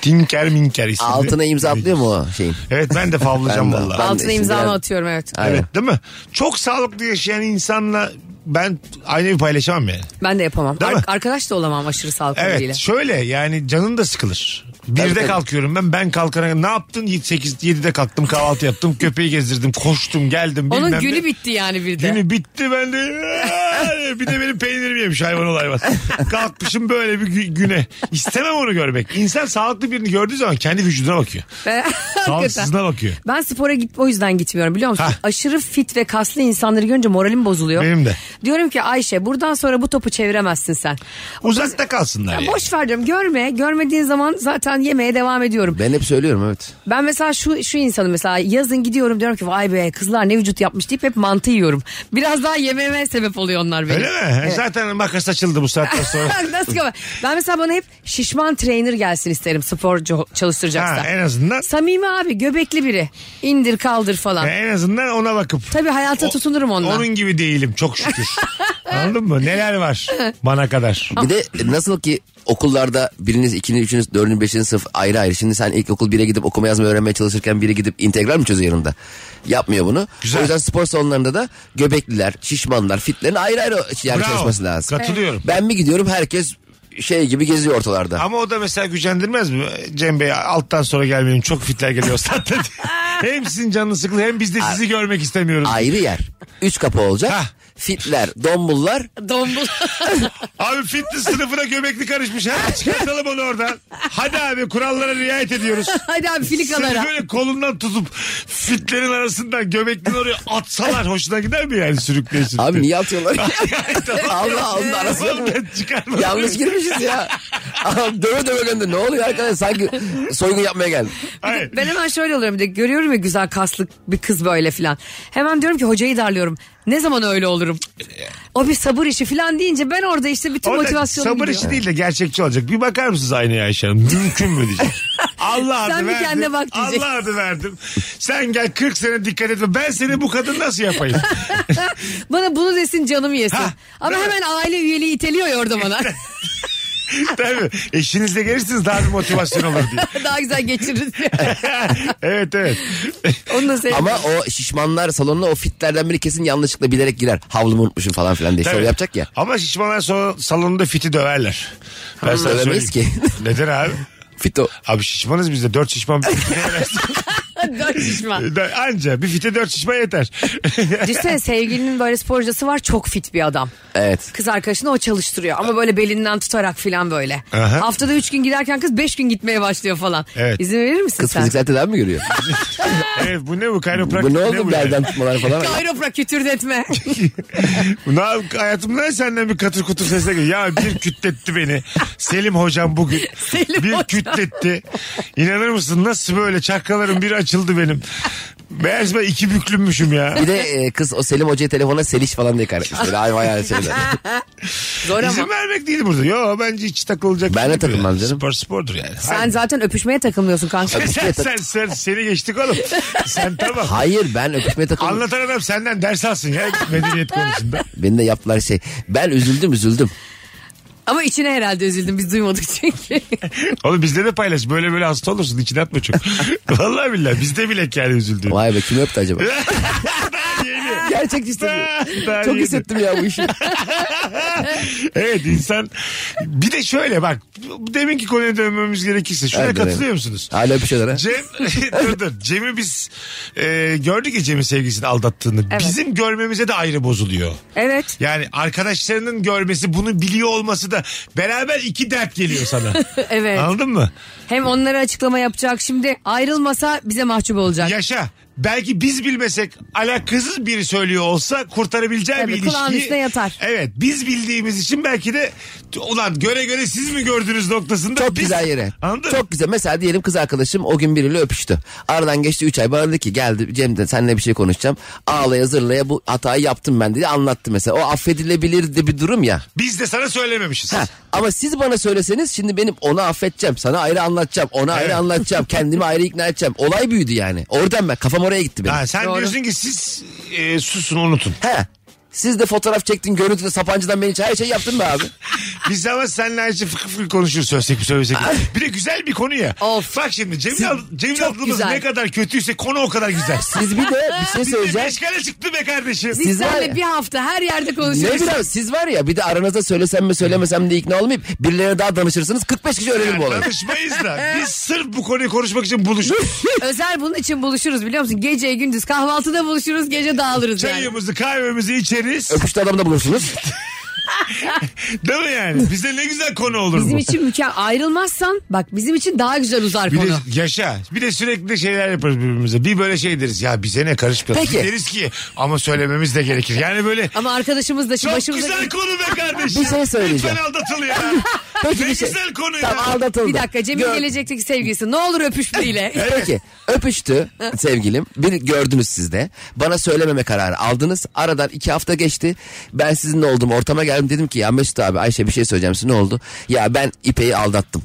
Tinker Minker isimli. Altına imza atlıyor mu o şeyin? Evet ben de favlayacağım Ben de- valla. ben- Altına Şimdi imzamı biraz- atıyorum evet. Aynen. Evet değil mi? Çok sağlıklı yaşayan insanla ben aynı bir paylaşamam yani. Ben de yapamam. Değil mi? Ar- arkadaş da olamam aşırı sağlıklı Evet biriyle. şöyle yani canın da sıkılır. Birde kalkıyorum ben. Ben kalkana ne yaptın? 8 7'de kalktım kahvaltı yaptım. Köpeği gezdirdim. Koştum geldim. Onun bilmem günü ne. bitti yani bir de. Günü bitti ben de "Ay!" bir de benim peynirimi yemiş hayvan ol hayvan. Kalkmışım böyle bir gü- güne. İstemem onu görmek. İnsan sağlıklı birini gördüğü zaman kendi vücuduna bakıyor. Sağlıksızına bakıyor. Ben spora git o yüzden gitmiyorum biliyor musun? Aşırı fit ve kaslı insanları görünce moralim bozuluyor. Benim de. Diyorum ki Ayşe buradan sonra bu topu çeviremezsin sen. Uzakta kalsınlar Ya yani. boş ver diyorum görme görmediğin zaman zaten yemeye devam ediyorum. Ben hep söylüyorum evet. Ben mesela şu şu insanı mesela yazın gidiyorum diyorum ki vay be kızlar ne vücut yapmış deyip hep mantı yiyorum. Biraz daha yememe sebep oluyor onlar benim. Öyle mi? Evet. Zaten makas açıldı bu saatten sonra. Nasıl ki ama? Ben mesela bana hep şişman trainer gelsin isterim spor co- çalıştıracaksa. Ha, en azından. Samimi abi göbekli biri. İndir kaldır falan. Ya en azından ona bakıp. Tabii hayata tutunurum ondan. E, Onun gibi değilim çok şükür. Anladın mı? Neler var bana kadar. Bir de nasıl ki okullarda biriniz, ikiniz, üçünüz, dördünüz, beşiniz sınıf ayrı ayrı. Şimdi sen ilkokul 1'e gidip okuma yazma öğrenmeye çalışırken biri gidip integral mi çözüyor yanında? Yapmıyor bunu. O yüzden spor salonlarında da göbekliler, şişmanlar, fitlerin ayrı ayrı yer Bravo. çalışması lazım. Katılıyorum. Ben mi gidiyorum herkes şey gibi geziyor ortalarda. Ama o da mesela gücendirmez mi? Cem Bey alttan sonra gelmeyin çok fitler geliyor zaten. hem sizin canınız sıkıldı hem biz de sizi görmek istemiyoruz. Ayrı yer. Üç kapı olacak. Fitler, dombullar. Dombul. abi fitness sınıfına göbekli karışmış. Ha? Çıkartalım onu oradan. Hadi abi kurallara riayet ediyoruz. Hadi abi filikalara. Seni böyle kolundan tutup fitlerin arasından göbeklin oraya atsalar hoşuna gider mi yani sürükleye sürükleye? Abi niye atıyorlar? Allah Allah arasına mı? Ben çıkarmadım. Yanlış girmişiz ya. Adam döve döve gönder. Ne oluyor arkadaş? Sanki soygun yapmaya geldim. Ben hemen şöyle oluyorum bir de görüyorum ya güzel kaslı bir kız böyle filan. Hemen diyorum ki hocayı darlıyorum. Ne zaman öyle olurum? O bir sabır işi filan deyince ben orada işte bütün Orada motivasyonum sabır gidiyor. işi değil de gerçekçi olacak. Bir bakar mısınız aynaya Ayşe Hanım? Mümkün mü diyecek. Allah adı Sen bir verdim. kendine bak diyecek. Allah adı verdim. Sen gel 40 sene dikkat etme. Ben seni bu kadın nasıl yapayım? Bana bunu desin canım yesin. Ama değil mi? hemen aile üyeliği iteliyor ya orada bana. Tabii. Eşinizle gelirsiniz daha bir motivasyon olur diye. Daha güzel geçiririz. evet evet. Onu da sevdim. Ama o şişmanlar salonuna o fitlerden biri kesin yanlışlıkla bilerek girer. Havlumu unutmuşum falan filan diye. Tabii. Şöyle E, yapacak ya. Ama şişmanlar so- salonunda fiti döverler. Ben Hmm. sana Dövemeyiz söyleyeyim. Neden abi? Fito. Abi şişmanız bizde. Dört şişman bir fiti döversin. Dört şişman. Anca bir fite dört şişman yeter. Düşünsene sevgilinin böyle sporcusu var çok fit bir adam. Evet. Kız arkadaşını o çalıştırıyor ama böyle belinden tutarak filan böyle. Aha. Haftada üç gün giderken kız beş gün gitmeye başlıyor falan. Evet. İzin verir misin Kız sen? fiziksel tedavi mi görüyor? evet bu ne bu kayropraktik bu ne bu oldu yani? belden tutmalar falan. Kayroprak kütürdetme. Ne yap- hayatımda senden bir katır kutur sesle geliyor. Ya bir kütletti beni. Selim hocam bugün. bir kütletti. İnanır mısın nasıl böyle çakralarım bir açıldı benim. Meğerse ben iki büklünmüşüm ya. Bir de e, kız o Selim Hoca'ya telefona Seliş falan diye kaydetmiş. Böyle ay vay ay şeyler. Zor ama. İzin vermek değil burada. Yo bence hiç takılacak. Ben de şey değil bu ya. takılmam canım. Spor spordur yani. Sen zaten öpüşmeye takılmıyorsun kanka. Sen, sen, sen, sen- seni geçtik oğlum. Sen tamam. Hayır ben öpüşmeye takıldım. Anlatan adam senden ders alsın ya medeniyet konusunda. Beni de yaptılar şey. Ben üzüldüm üzüldüm. Ama içine herhalde üzüldüm biz duymadık çünkü. Oğlum bizde de paylaş. Böyle böyle hasta olursun. İçine atma çok. Vallahi billahi bizde bile yani üzüldü. Vay be kim öptü acaba? Gerçek işte. Daha Çok yeni. hissettim ya bu işi. Evet insan bir de şöyle bak deminki konuya dönmemiz gerekirse şuna Hadi katılıyor dönelim. musunuz? Hala öpüşüyorlar ha. Cem dur dur Cem'i biz e, gördük ya Cem'in sevgilisini aldattığını Evet. bizim görmemize de ayrı bozuluyor. Evet. Yani arkadaşlarının görmesi bunu biliyor olması da beraber iki dert geliyor sana. Evet. Anladın mı? Hem onlara açıklama yapacak şimdi ayrılmasa bize mahcup olacak. Yaşa. Belki biz bilmesek alakasız biri söylüyor olsa kurtarabileceği Tabii, bir ilişkiyi. kulağın üstüne yatar. Evet biz bildiğimiz için belki de ulan göre göre siz mi gördünüz noktasında. Çok biz- güzel yere. Anladın mı? Çok güzel. Mesela diyelim kız arkadaşım o gün biriyle öpüştü. Aradan geçti 3 ay. Bana dedi ki geldi Cem de seninle bir şey konuşacağım. Ağlaya zırlaya bu hatayı yaptım ben dedi. Anlattı mesela. O affedilebilir de bir durum ya. Biz de sana söylememişiz. Ha, ama siz bana söyleseniz şimdi benim onu affedeceğim. Sana ayrı anlatacağım. Ona Evet. ayrı anlatacağım. Kendimi ayrı ikna edeceğim. Olay büyüdü yani. Oradan ben kafam oraya gitti benim. Ha, sen diyorsun ki siz e, susun unutun. He. Siz de fotoğraf çektin görüntüde Sapancı'dan beni çağır- her şey yaptın be abi. Biz ama seninle aynı şey fıkı fıkı konuşuruz sözsek mi söylesek mi. Ah. Bir de güzel bir konu ya. Bak şimdi Cemil, Siz- Ad- Cemil çok Adlımız güzel. ne kadar kötüyse konu o kadar güzel. Siz bir de bir şey söyleyeceğim. meşgale çıktı be kardeşim. Biz seninle bir hafta her yerde Ne konuşuyoruz. bileyim siz var ya bir de aranızda söylesem mi söylemesem de ikna olmayıp birilerine daha danışırsınız 45 kişi öğrenir bu olayı. Tanışmayız da biz sırf bu konuyu konuşmak için buluştuk. Özel bunun için buluşuruz biliyor musun? Gece gündüz kahvaltıda buluşuruz gece dağılırız yani. Çayımızı kahvemizi içeriz. Öpüşte adamı da bulursunuz. Değil mi yani? Bize ne güzel konu olur Bizim bu. için mükemmel ayrılmazsan bak bizim için daha güzel uzar Bir de konu. yaşa. Bir de sürekli şeyler yaparız birbirimize. Bir böyle şey deriz. Ya bize ne karışmayalım. Peki. Deriz ki ama söylememiz de gerekir. Yani böyle Ama arkadaşımız da şimdi çok başımıza... güzel konu be kardeşim. Bir şey Lütfen söyleyeceğim. aldatıl ya. Peki ne bir şey. güzel konu ya. Tamam aldatıldı. Bir dakika Cemil Gör- gelecekteki sevgilisi ne olur öpüşmeyle. Peki öpüştü sevgilim. Beni gördünüz siz de. Bana söylememe kararı aldınız. Aradan iki hafta geçti. Ben sizinle oldum ortama geldim. Dedim ki ya Mesut abi Ayşe bir şey söyleyeceğim size ne oldu? Ya ben İpek'i aldattım.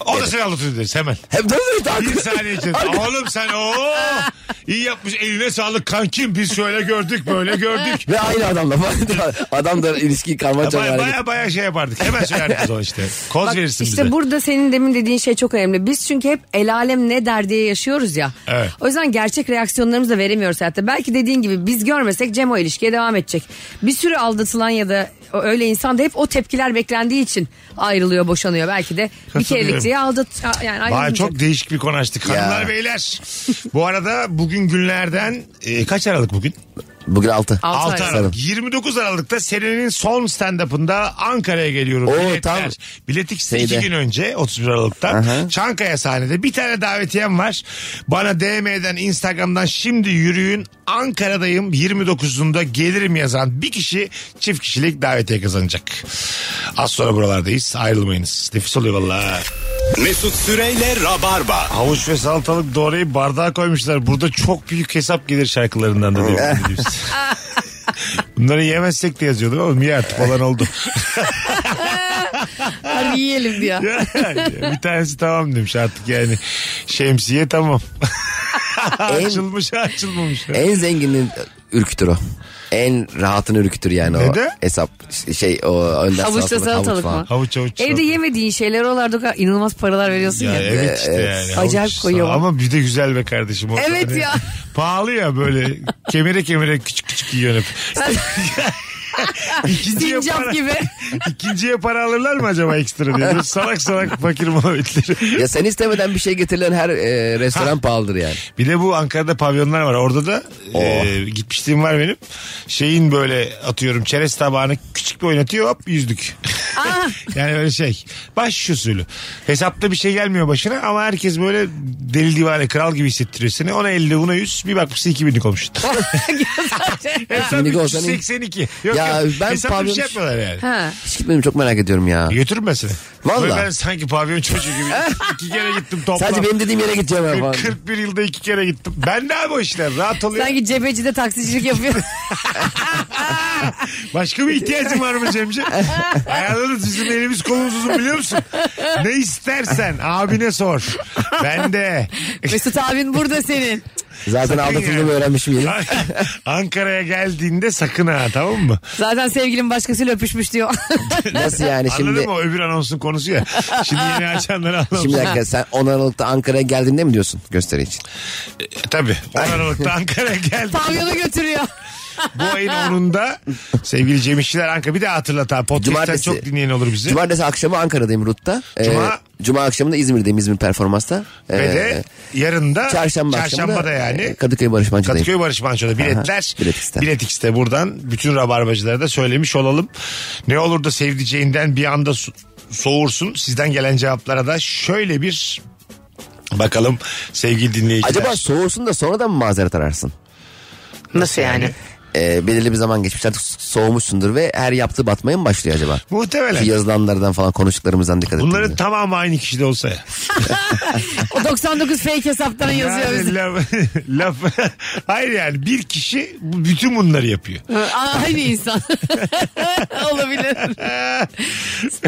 O da seni aldatıyor deriz hemen. Hem de öyle daha- Bir saniye içinde. Oğlum sen ooo. iyi yapmış. Eline sağlık kankim. Biz şöyle gördük böyle gördük. Ve aynı adamla. Adam da ilişkiyi karma Baya çalıyor. baya, baya şey yapardık. Hemen söylerdik o zaman işte. Koz Bak, verirsin işte bize. burada senin demin dediğin şey çok önemli. Biz çünkü hep el alem ne der diye yaşıyoruz ya. Evet. O yüzden gerçek reaksiyonlarımızı da veremiyoruz hayatta. Belki dediğin gibi biz görmesek Cem o ilişkiye devam edecek. Bir sürü aldatılan ya da öyle insan da hep o tepkiler beklendiği için ayrılıyor, boşanıyor. Belki de bir Katılıyorum. kerelik diye aldat yani Vay ayrılmayacak. çok değişik bir konu açtık. Ya. Hanımlar beyler. Bu arada bugün günlerden e, kaç Aralık bugün? Bugün altı. Altı 6 ay. Aralık. 29 Aralık'ta senenin son stand-up'ında Ankara'ya geliyorum. Oo, Biletler. tam Bilet X'te iki şeyde. gün önce 31 Aralık'ta. Aha. Çankaya sahnede bir tane davetiyem var. Bana DM'den Instagram'dan şimdi yürüyün Ankara'dayım 29'unda gelirim yazan bir kişi çift kişilik davetiye kazanacak. Az sonra buralardayız ayrılmayınız. Nefis oluyor valla. Mesut Süreyle Rabarba. Havuç ve salatalık doğrayıp bardağa koymuşlar. Burada çok büyük hesap gelir şarkılarından da diyor. Bunları yemezsek de yazıyordum oğlum ye artık olan oldu. Hadi yiyelim diyor. bir tanesi tamam demiş artık yani. Şemsiye tamam. En- açılmış açılmamış. En zenginin ürkütür o. En rahatını ürkütür yani o Neden? hesap şey o önden Havuçla salatalık falan. mı? Havuç havuç. Evde yemediğin şeyler oralarda o kadar inanılmaz paralar veriyorsun Ya ya. evet işte yani. havuç Acayip sağ- koyuyor. Ama bir de güzel be kardeşim. O Evet hani ya. Pahalı ya böyle kemire kemire küçük küçük yiyorsun hep. İkinciye para, Sincap gibi. ikinciye para alırlar mı acaba ekstra diye. Böyle Salak salak fakir muhabbetleri. Ya sen istemeden bir şey getirilen her e, restoran pahalıdır yani. Bir de bu Ankara'da pavyonlar var. Orada da e, Oh. gitmişliğim var benim. Şeyin böyle atıyorum çerez tabağını küçük bir oynatıyor hop yüzlük. yani öyle şey. Baş usulü. Hesapta bir şey gelmiyor başına ama herkes böyle deli divane kral gibi hissettiriyor seni. Ona 50 buna 100 bir bakmışsın 2000'lik olmuş. Hesap Binlik olsa ne? 382. Yok, Ya yok. ben Hesapta bir pavyon- şey yapmıyorlar yani. ha. Hiç gitmedim çok merak ediyorum ya. Götürün ben seni. Vallahi. Böyle Ben sanki pavyon çocuğu gibi iki kere gittim toplam. Sadece benim dediğim yere gideceğim ben falan. 41 yılda iki kere gittim. Ben de abi o işler rahat oluyor. Sanki cebecide taksicilik yapıyor. Başka bir ihtiyacın var mı Cemciğim? Ayarlarız bizim elimiz kolumuz uzun biliyor musun? Ne istersen abine sor. Ben de. Mesut abin burada senin. Zaten aldatıldığımı öğrenmişim yeni. Ankara'ya geldiğinde sakın ha tamam mı? Zaten sevgilim başkasıyla öpüşmüş diyor. Nasıl yani Anladın şimdi? mı? O Öbür anonsun konusu ya. Şimdi yeni açanları anlamış. Şimdi bir dakika sen 10 Aralık'ta Ankara'ya geldiğinde mi diyorsun gösteri için? Tabii. 10 Aralık'ta Ankara'ya geldi. Pavyona götürüyor. Bu ayın 10'unda sevgili Cem İşçiler Ankara. Bir de hatırlat abi. Podcast'ten Cumartesi. çok dinleyen olur bizi. Cumartesi akşamı Ankara'dayım Rut'ta. Ee, Cuma- Cuma akşamı da İzmir'deyim İzmir performansta. Ve Ee, de yarın da Çarşamba, çarşamba akşamı da da, yani e, Kadıköy Barış Manço'dayım. Kadıköy Barış Manço'da biletler. Aha, Bilet X'te. Bilet X'te buradan bütün rabarbacılara da söylemiş olalım. Ne olur da sevdiceğinden bir anda so- soğursun. Sizden gelen cevaplara da şöyle bir bakalım sevgili dinleyiciler. Acaba soğursun da sonradan mı mazeret ararsın? Nasıl yani? Ee, belirli bir zaman geçmiş artık soğumuşsundur ve her yaptığı batmaya mı başlıyor acaba? Şu Muhtemelen. yazılanlardan falan konuştuklarımızdan dikkat ettiğimizde. Bunların tamamı aynı kişide olsa ya. O 99 fake hesaptan yazıyor Yani bizi. laf, laf- hayır yani bir kişi bu- bütün bunları yapıyor. Aa, Aynı insan. Olabilir.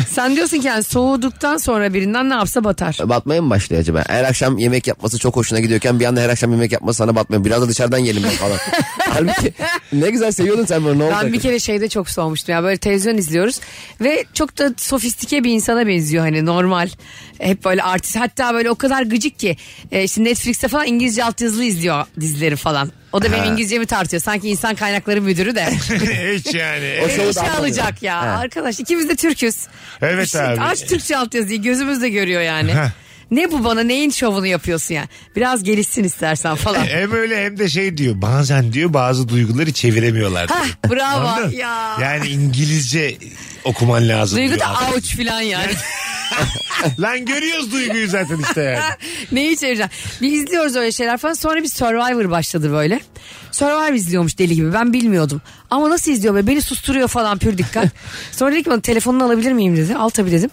Sen diyorsun ki yani soğuduktan sonra birinden ne yapsa batar. Batmaya mı başlıyor acaba? Her akşam yemek yapması çok hoşuna gidiyorken bir anda her akşam yemek yapması sana batmıyor. Biraz da dışarıdan yiyelim ben falan. Halbuki Ne güzel seviyordun sen bunu ne oldu? Ben bir kere şeyde çok soğumuştum ya böyle televizyon izliyoruz ve çok da sofistike bir insana benziyor hani normal hep böyle artist hatta böyle o kadar gıcık ki e, işte Netflix'te falan İngilizce altyazılı izliyor dizileri falan. O da benim Ha. İngilizcemi tartıyor sanki insan kaynakları müdürü de. Hiç yani. Beni işe alacak ya arkadaş ikimiz de Türk'üz. Evet İşte abi. Aç Türkçe altyazıyı gözümüz de görüyor yani. Heh. ne bu bana neyin şovunu yapıyorsun ya biraz gelişsin istersen falan. Hem öyle hem de şey diyor bazen diyor bazı duyguları çeviremiyorlar. diyor. Hah, bravo Anladın? ya. Yani İngilizce okuman lazım Duygu diyor. da avuç falan yani. Lan görüyoruz duyguyu zaten işte yani. Neyi çevireceğim? Bir izliyoruz öyle şeyler falan. Sonra bir Survivor başladı böyle. Survivor izliyormuş deli gibi. Ben bilmiyordum. Ama nasıl izliyor böyle? Beni susturuyor falan pür dikkat. Sonra dedi ki bana telefonunu alabilir miyim dedi. Al tabii dedim.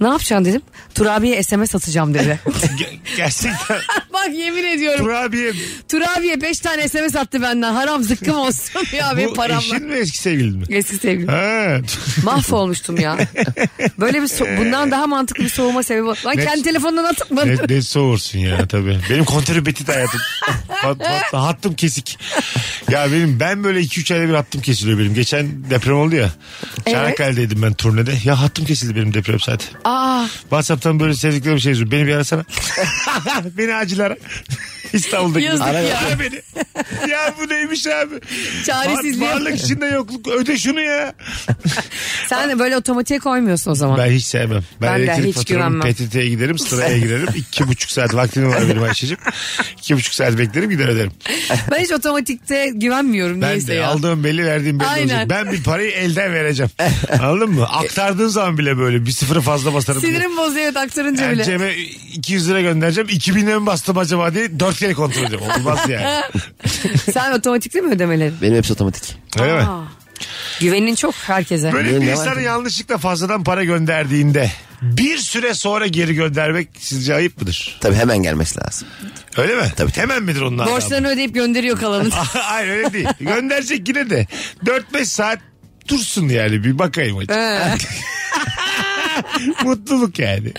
Ne yapacaksın dedim. Turabi'ye SMS atacağım dedi. Ge- Gerçekten Bak yemin ediyorum. Turabiye Turabi'ye 5 tane SMS attı benden. Haram zıkkım olsun ya benim bu paramla. eşin mi eski sevgilin mi? Eski sevgilim. Ha. Mahvolmuştum ya. Böyle bir so- bundan daha mantıklı bir soğuma sebebi. var. Lan Ne- kendi telefonundan atıp mı? Ne, ne soğursun ya tabii. Benim kontrbetit hayatım. Pat, pat, hattım kesik. Ya benim ben böyle 2-3 ayda bir hattım kesiliyor benim. Geçen deprem oldu ya. Evet. Çanakkale'deydim ben turnede. Ya hattım kesildi benim deprem saati. Aa, Whatsapp'tan böyle sevdiklerim şey yazıyor. Beni bir arasana. beni acılara. İstanbul'daki. Yazık Ara ya. ara beni. Ya bu neymiş abi? Çaresizliğe. Var- Varlık içinde yokluk. Öde şunu ya. sen de böyle otomatiğe koymuyorsun o zaman. Ben hiç sevmem. Ben, Ben de elektrik hiç faturamı güvenmem. PTT'ye giderim sıraya girerim. İki buçuk saat vaktim var benim Ayşe'cim. İki buçuk saat beklerim gider öderim. Ben hiç otomatikte güvenmiyorum Ben neyse de ya. aldığım belli verdiğim belli Aynen. olacak. Ben bir parayı elden vereceğim. Anladın mı? Aktardığın zaman bile böyle bir sıfırı fazla basarım. diye. Sinirim bozuyor evet aktarınca Yani bile. Cem'e 200 lira göndereceğim. 2000 lira mı bastım acaba diye dört kere kontrol edeceğim. Olmaz yani. Sen otomatikte mi ödemelerin? Benim hepsi otomatik. Öyle mi? Aa, Güvenin çok herkese. Böyle Benim bir de var insana tabii. yanlışlıkla fazladan para gönderdiğinde bir süre sonra geri göndermek sizce ayıp mıdır? Tabii hemen gelmesi lazım. Öyle mi? Tabii. Hemen midir onun adabı? Borçlarını ödeyip gönderiyor kalanını. Hayır öyle değil. Gönderecek yine de 4-5 saat dursun yani bir bakayım hocam. He. Mutluluk yani.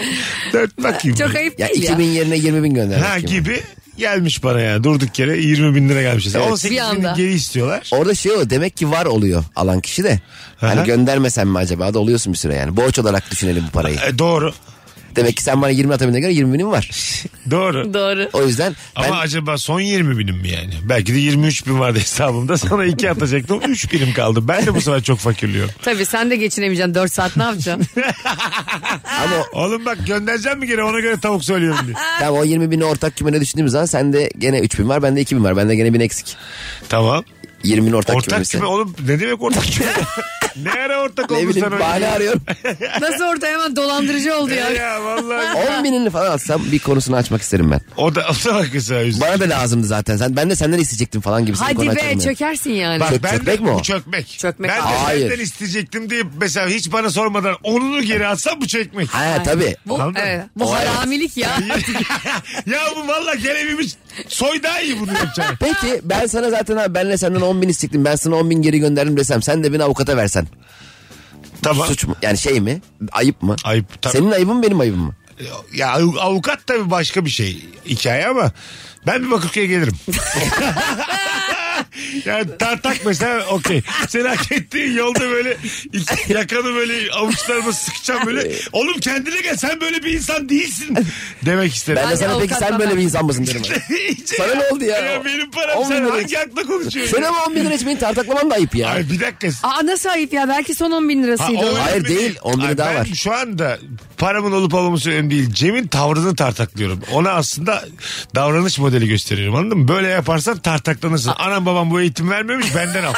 Dört bakayım. çok bir. ayıp Ya değil 2000 ya. yerine 20 bin göndermek Ha gibi. gibi gelmiş bana ya. Durduk yere 20 bin lira gelmiş. Evet. 18 bin Bir anda. geri istiyorlar. Orada şey o demek ki var oluyor alan kişi de. Aha. Hani göndermesen mi acaba da oluyorsun bir süre yani. Borç olarak düşünelim bu parayı. E, doğru. Demek ki sen bana 20 atabildiğine göre 20 binim var. Doğru. Doğru. O yüzden ben Ama acaba son 20 binim mi yani? Belki de 23 bin vardı hesabımda. Sana 2 atacaktım. 3 binim kaldı. Ben de bu sefer çok fakirliyorum. Tabii sen de geçinemeyeceksin 4 saat ne yapacaksın? ama Oğlum bak göndereceğim mi geri ona göre tavuk söylüyorum diye. tamam o 20 bini ortak kümene düşündüğüm zaman sende gene 3 bin var bende 2 bin var bende gene bin eksik. tamam. 20 bin ortak, Ortak kümesi. küme oğlum ne demek ortak küme? ne ara ortak Ne oldun sen bileyim öyle? bahane arıyorum. Nasıl orada hemen dolandırıcı oldu Ya, ya. ya vallahi. 10 binini falan atsam bir konusunu açmak isterim ben. O da, o da bak mesela yüzü. Bana da lazımdı zaten. Sen, ben de senden isteyecektim falan gibi. Hadi be çökersin yani. Bak Çök- ben çökmek de, mi o? Bu çökmek. Çökmek ben de abi. Hayır. senden isteyecektim deyip mesela hiç bana sormadan onunu geri atsam bu çökmek. Ha tabii. Bu, Anladın mı? evet, bu haramilik ya. ya bu valla gelevimi soy daha iyi bunu yapacağım. Peki ben sana zaten abi benle senden 10 bin isteyecektim. Ben sana 10 bin geri gönderdim desem sen de beni avukata versen. tamam. Suç mu? Yani şey mi? Ayıp mı? Ayıp, tabii. Senin ayıbın benim ayıbım mı? Ya av- avukat tabii başka bir şey hikaye ama ben bir Bakırköy'e gelirim. yani tartak mesela okey. Seni hak ettiğin yolda böyle iki- yakanı böyle avuçlarıma sıkacağım böyle. Oğlum kendine gel sen böyle bir insan değilsin demek isterim. Ben de sana peki sen avukattan böyle ben- bir insan mısın derim. İyice Sana ne oldu ya? benim param On sen bin lira- hangi akla konuşuyorsun? Sen ama 10 bin lira için beni tartaklaman da ayıp ya. Ay bir dakika. Aa nasıl ayıp ya belki son 10 bin Ha, lirasıydı. o o. önemli Hayır değil, on bini Ay, daha ben var. şu anda paramın olup olmaması önemli değil. Cem'in tavrını tartaklıyorum. Ona aslında davranış modeli gösteriyorum anladın mı? Böyle yaparsan tartaklanırsın. Anam babam bu eğitim vermemiş benden al.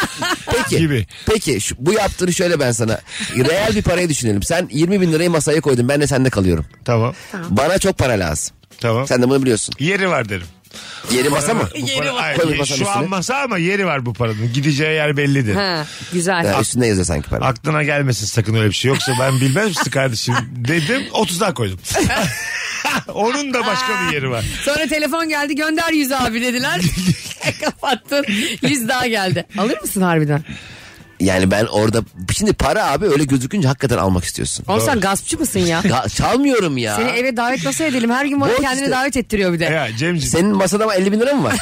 Peki, Gibi. peki şu, bu yaptığını şöyle ben sana. Reel bir parayı düşünelim. Sen 20 bin lirayı masaya koydun. Ben de sende kalıyorum. Tamam. Bana çok para lazım. Tamam. Sen de bunu biliyorsun. Yeri var derim. Yeri masa mı? Bu Yeri para- var. Ay, Koy masanın şu an üstüne. masa ama yeri var bu paranın. Gideceği yer bellidir. Ha, güzel. Ha, üstünde yazıyor sanki para. Aklına gelmesin sakın öyle bir şey. Yoksa ben bilmez misin kardeşim dedim 30 daha koydum. Onun da başka bir yeri var. Sonra telefon geldi gönder 100 abi dediler. Kapattın. 100 daha geldi. Alır mısın harbiden? Yani ben orada şimdi para abi öyle gözükünce hakikaten almak istiyorsun. Oğlum sen gaspçı mısın ya? Ga- çalmıyorum ya. Seni eve davet nasıl edelim? Her gün bana Borç kendini işte. davet ettiriyor bir de. Ya Cemciğim. Senin masada mı 50 bin lira mı var?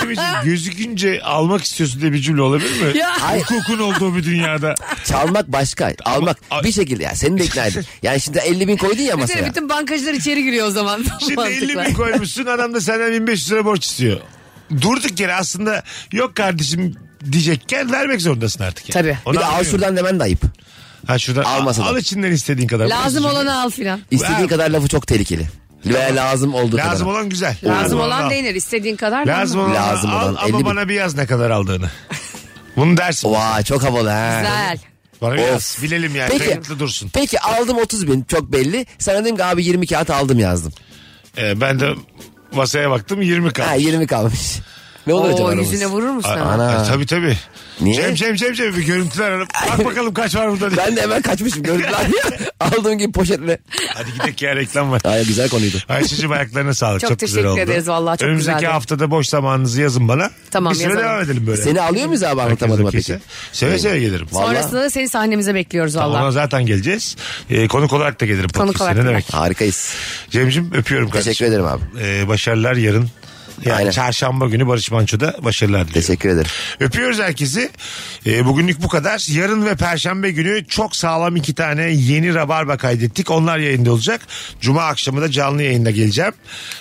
Cemciğim gözükünce almak istiyorsun diye bir cümle olabilir mi? Ya. Hayır. Hukukun olduğu bir dünyada. Çalmak başka. Almak Ama- bir şekilde ya. Seni de ikna edin. Yani şimdi 50 bin koydun ya Bir de masaya. bütün bankacılar içeri giriyor o zaman. Şimdi 50 Mantıkla. bin koymuşsun adam da senden 1500 lira borç istiyor. Durduk yere aslında yok kardeşim diyecekken vermek zorundasın artık. Yani. Tabii. Onu Bir de al anlıyorum. şuradan demen de ayıp. Ha şuradan. Almasa da. al içinden istediğin kadar. Lazım olanı al filan. İstediğin Ver. kadar lafı çok tehlikeli. Veya lazım olduğu kadar. Lazım olan güzel. Lazım al. olan değinir. istediğin kadar. da Lazım ama. olan, Lazım al olan ama 50 bin. bana bir yaz ne kadar aldığını. Bunu dersin. Vay çok havalı ha. Güzel. Bana bir Of. yaz. Bilelim yani. Peki. Kayıtlı dursun. Peki aldım 30 bin çok belli. Sana dedim ki abi 20 kağıt aldım yazdım. Ee, ben de masaya baktım 20 kaldı. Ha 20 kalmış. Ne olur acaba Oo, aramız? yüzüne vurur musun? ama? Ana. Ha, E, tabii tabii. Niye? Cem Cem Cem Cem bir görüntüler alıp bak bakalım kaç var burada diye. Ben de hemen kaçmışım görüntüler diye. Aldığım gibi poşetle. Hadi gidelim ki ya, reklam var. Ay güzel konuydu. Ayşe'cim ayaklarına sağlık. Çok, Çok güzel teşekkür oldu. ederiz, vallahi çok Önümüzdeki güzeldi. haftada boş zamanınızı yazın bana. Tamam, Bir süre yazalım. devam edelim böyle. Seni alıyor muyuz abi anlatamadıma Herkes peki? okeyse. Seve seve gelirim. Sonrasında da seni sahnemize bekliyoruz Tamam, Ona valla. zaten geleceğiz. Ee, konuk olarak da gelirim. Konuk Konuk olarak Ne da demek? Harikayız. Cem'cim öpüyorum kardeşim. Teşekkür ederim abi. Ee, başarılar yarın. Yani Aynen. çarşamba günü Barış Manço'da başarılar diliyorum. Teşekkür ederim. Öpüyoruz herkesi. Ee, bugünlük bu kadar. Yarın ve perşembe günü çok sağlam iki tane yeni rabarba kaydettik. Onlar yayında olacak. Cuma akşamı da canlı yayında geleceğim.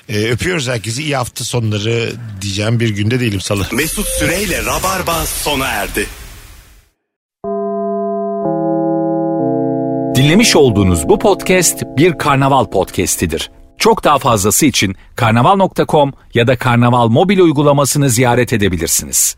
Ee, öpüyoruz herkesi. İyi hafta sonları diyeceğim. Bir günde değilim salı. Mesut Süreyle Rabarba sona erdi. Dinlemiş olduğunuz bu podcast bir karnaval podcastidir. Çok daha fazlası için karnaval.com ya da karnaval mobil uygulamasını ziyaret edebilirsiniz.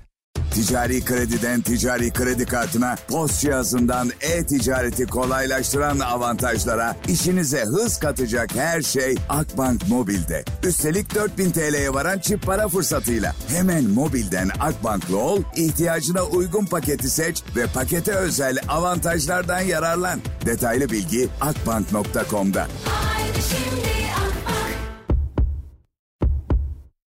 Ticari krediden ticari kredi kartına, post cihazından e-ticareti kolaylaştıran avantajlara, işinize hız katacak her şey Akbank Mobil'de. Üstelik 4000 TL'ye varan çift para fırsatıyla. Hemen mobilden Akbank'lı ol, ihtiyacına uygun paketi seç ve pakete özel avantajlardan yararlan. Detaylı bilgi akbank.com'da.